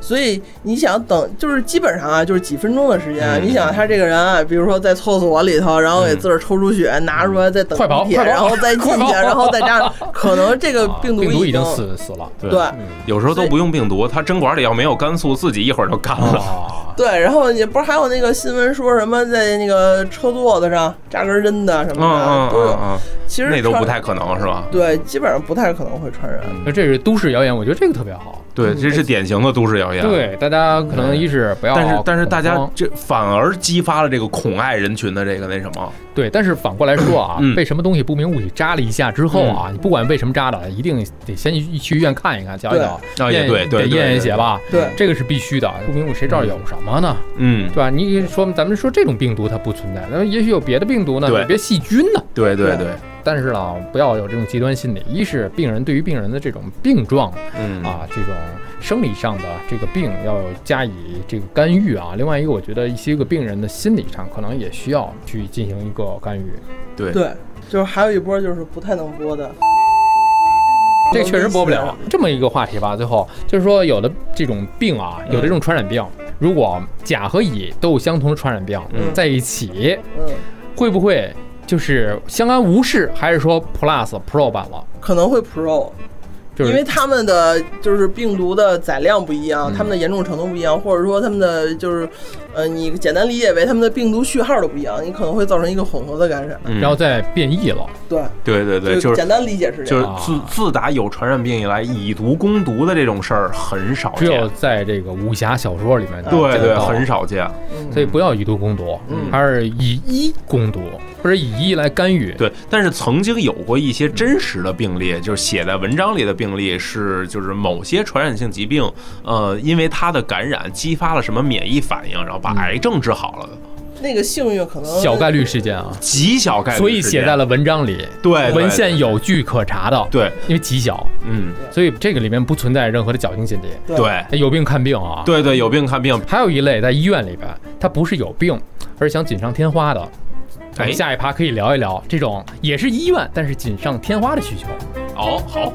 Speaker 3: 所以你想等，就是基本上啊，就是几分钟的时间啊。
Speaker 2: 嗯
Speaker 3: 你想他这个人啊，比如说在厕所里头，然后给自个儿抽出血，拿出来再等
Speaker 1: 嗯快跑
Speaker 3: 地铁，
Speaker 1: 快跑
Speaker 3: 然后再进
Speaker 1: 快跑
Speaker 3: 去，然后再扎上，可能这个病
Speaker 1: 啊
Speaker 3: 毒
Speaker 1: 病毒
Speaker 3: 已
Speaker 1: 已
Speaker 3: 经
Speaker 1: 经死死了。
Speaker 2: 对
Speaker 3: 对。
Speaker 2: 有时候都不用病毒，它针管里要没有肝素，自己一会儿就干了。
Speaker 3: 哦
Speaker 1: 啊，
Speaker 3: 对，然后也不是还有那个新闻说什么在那个车座子上扎根针的什
Speaker 2: 嗯
Speaker 3: 么的，
Speaker 2: 嗯
Speaker 3: 都
Speaker 2: 嗯
Speaker 3: 有。
Speaker 2: 嗯，
Speaker 3: 其实
Speaker 2: 那都
Speaker 3: 传
Speaker 2: 不太可能是吧？
Speaker 3: 对，基本上不太可能会传染。
Speaker 1: 那这是都市谣言，我觉得这个特别好。
Speaker 2: 对，这是典型的都市谣
Speaker 1: 嗯
Speaker 2: 言。。
Speaker 1: 对，大家可能一是不要恐
Speaker 2: 啊但
Speaker 1: 慌，
Speaker 2: 是但是大家这反而激发了这个恐爱人群的这个那什么，
Speaker 1: 对，但是反过来说啊
Speaker 2: 嗯，
Speaker 1: 被什么东西不明物体扎了一下之后啊，你不管为什么扎的，一定得先去医院看一看，瞧一瞧，
Speaker 2: 啊也
Speaker 1: 验
Speaker 2: 对对
Speaker 1: 得
Speaker 2: 对
Speaker 1: 验
Speaker 2: 对
Speaker 1: 一血吧。
Speaker 3: 对，
Speaker 1: 这个是必须的，不明物谁知道有什么呢？
Speaker 2: 嗯
Speaker 1: 对，吧？你说咱们说这种病毒它不存在，那也许有别的病毒呢，
Speaker 2: 对
Speaker 1: 有别细菌呢。
Speaker 2: 对对对，
Speaker 1: 但是呢，不要有这种极端心理。一是病人对于病人的这种病状
Speaker 2: 嗯，
Speaker 1: 啊，这种生理上的这个病要加以这个干预啊。另外一个，我觉得一些个病人的心理上可能也需要去进行一个干预。
Speaker 2: 对
Speaker 3: 对，就是还有一波就是不太能播的，
Speaker 1: 这确实播不了。这么一个话题吧，最后就是说，有的这种病啊，有的这种传染病，如果甲和乙都有相同的传染病
Speaker 2: 嗯
Speaker 1: 在一起，
Speaker 3: 嗯，
Speaker 1: 会不会就是相安无事，还是说 Plus Pro 版了？
Speaker 3: 可能会 Pro。
Speaker 1: 就
Speaker 3: 因为
Speaker 1: 是
Speaker 3: 他们的就是病毒的载量不
Speaker 2: 嗯
Speaker 3: 一样，他们的严重程度不一样，或者说他们的就是，呃，你简单理解为他们的病毒序号都不一样，你可能会造成一个混合的感染。
Speaker 2: 嗯
Speaker 1: 然后再变异了，
Speaker 3: 对，
Speaker 2: 对对对，
Speaker 3: 就
Speaker 2: 就是
Speaker 3: 简单理解是这
Speaker 2: 就
Speaker 3: 样。
Speaker 2: 是
Speaker 1: 啊
Speaker 2: 自自打有传染病以来，以毒攻毒的这种事儿很少
Speaker 1: 只
Speaker 2: 见，
Speaker 1: 有在这个武侠小说里面能
Speaker 2: 对
Speaker 1: 见
Speaker 2: 对
Speaker 1: 到
Speaker 2: 很。少见，
Speaker 3: 嗯
Speaker 1: 所以不要以毒攻毒，
Speaker 2: 嗯
Speaker 1: 还是以医攻毒，或者以医来干预。
Speaker 2: 对。但是曾经有过一些真实的病例，就是写在文章里的病例是，就是某些传染性疾病，呃，因为它的感染激发了什么免疫反应，然后
Speaker 1: 嗯
Speaker 2: 把癌症治好了的，
Speaker 3: 那个幸运可能
Speaker 1: 小概率事件啊，
Speaker 2: 极小概率事件，
Speaker 1: 所以写在了文章里，
Speaker 2: 对对
Speaker 1: 文献有据可查的，
Speaker 2: 对，
Speaker 1: 因为极小，
Speaker 2: 嗯，
Speaker 1: 所以这个里面不存在任何的侥幸心理。
Speaker 3: 对
Speaker 2: 对
Speaker 1: 有病看病啊，。
Speaker 2: 对对，有病看病，
Speaker 1: 还有一类在医院里边，他不是有病，而是想锦上添花的。我
Speaker 2: 哎
Speaker 1: 们下一趴可以聊一聊这种也是医院，但是锦上添花的需求。
Speaker 2: 哦好。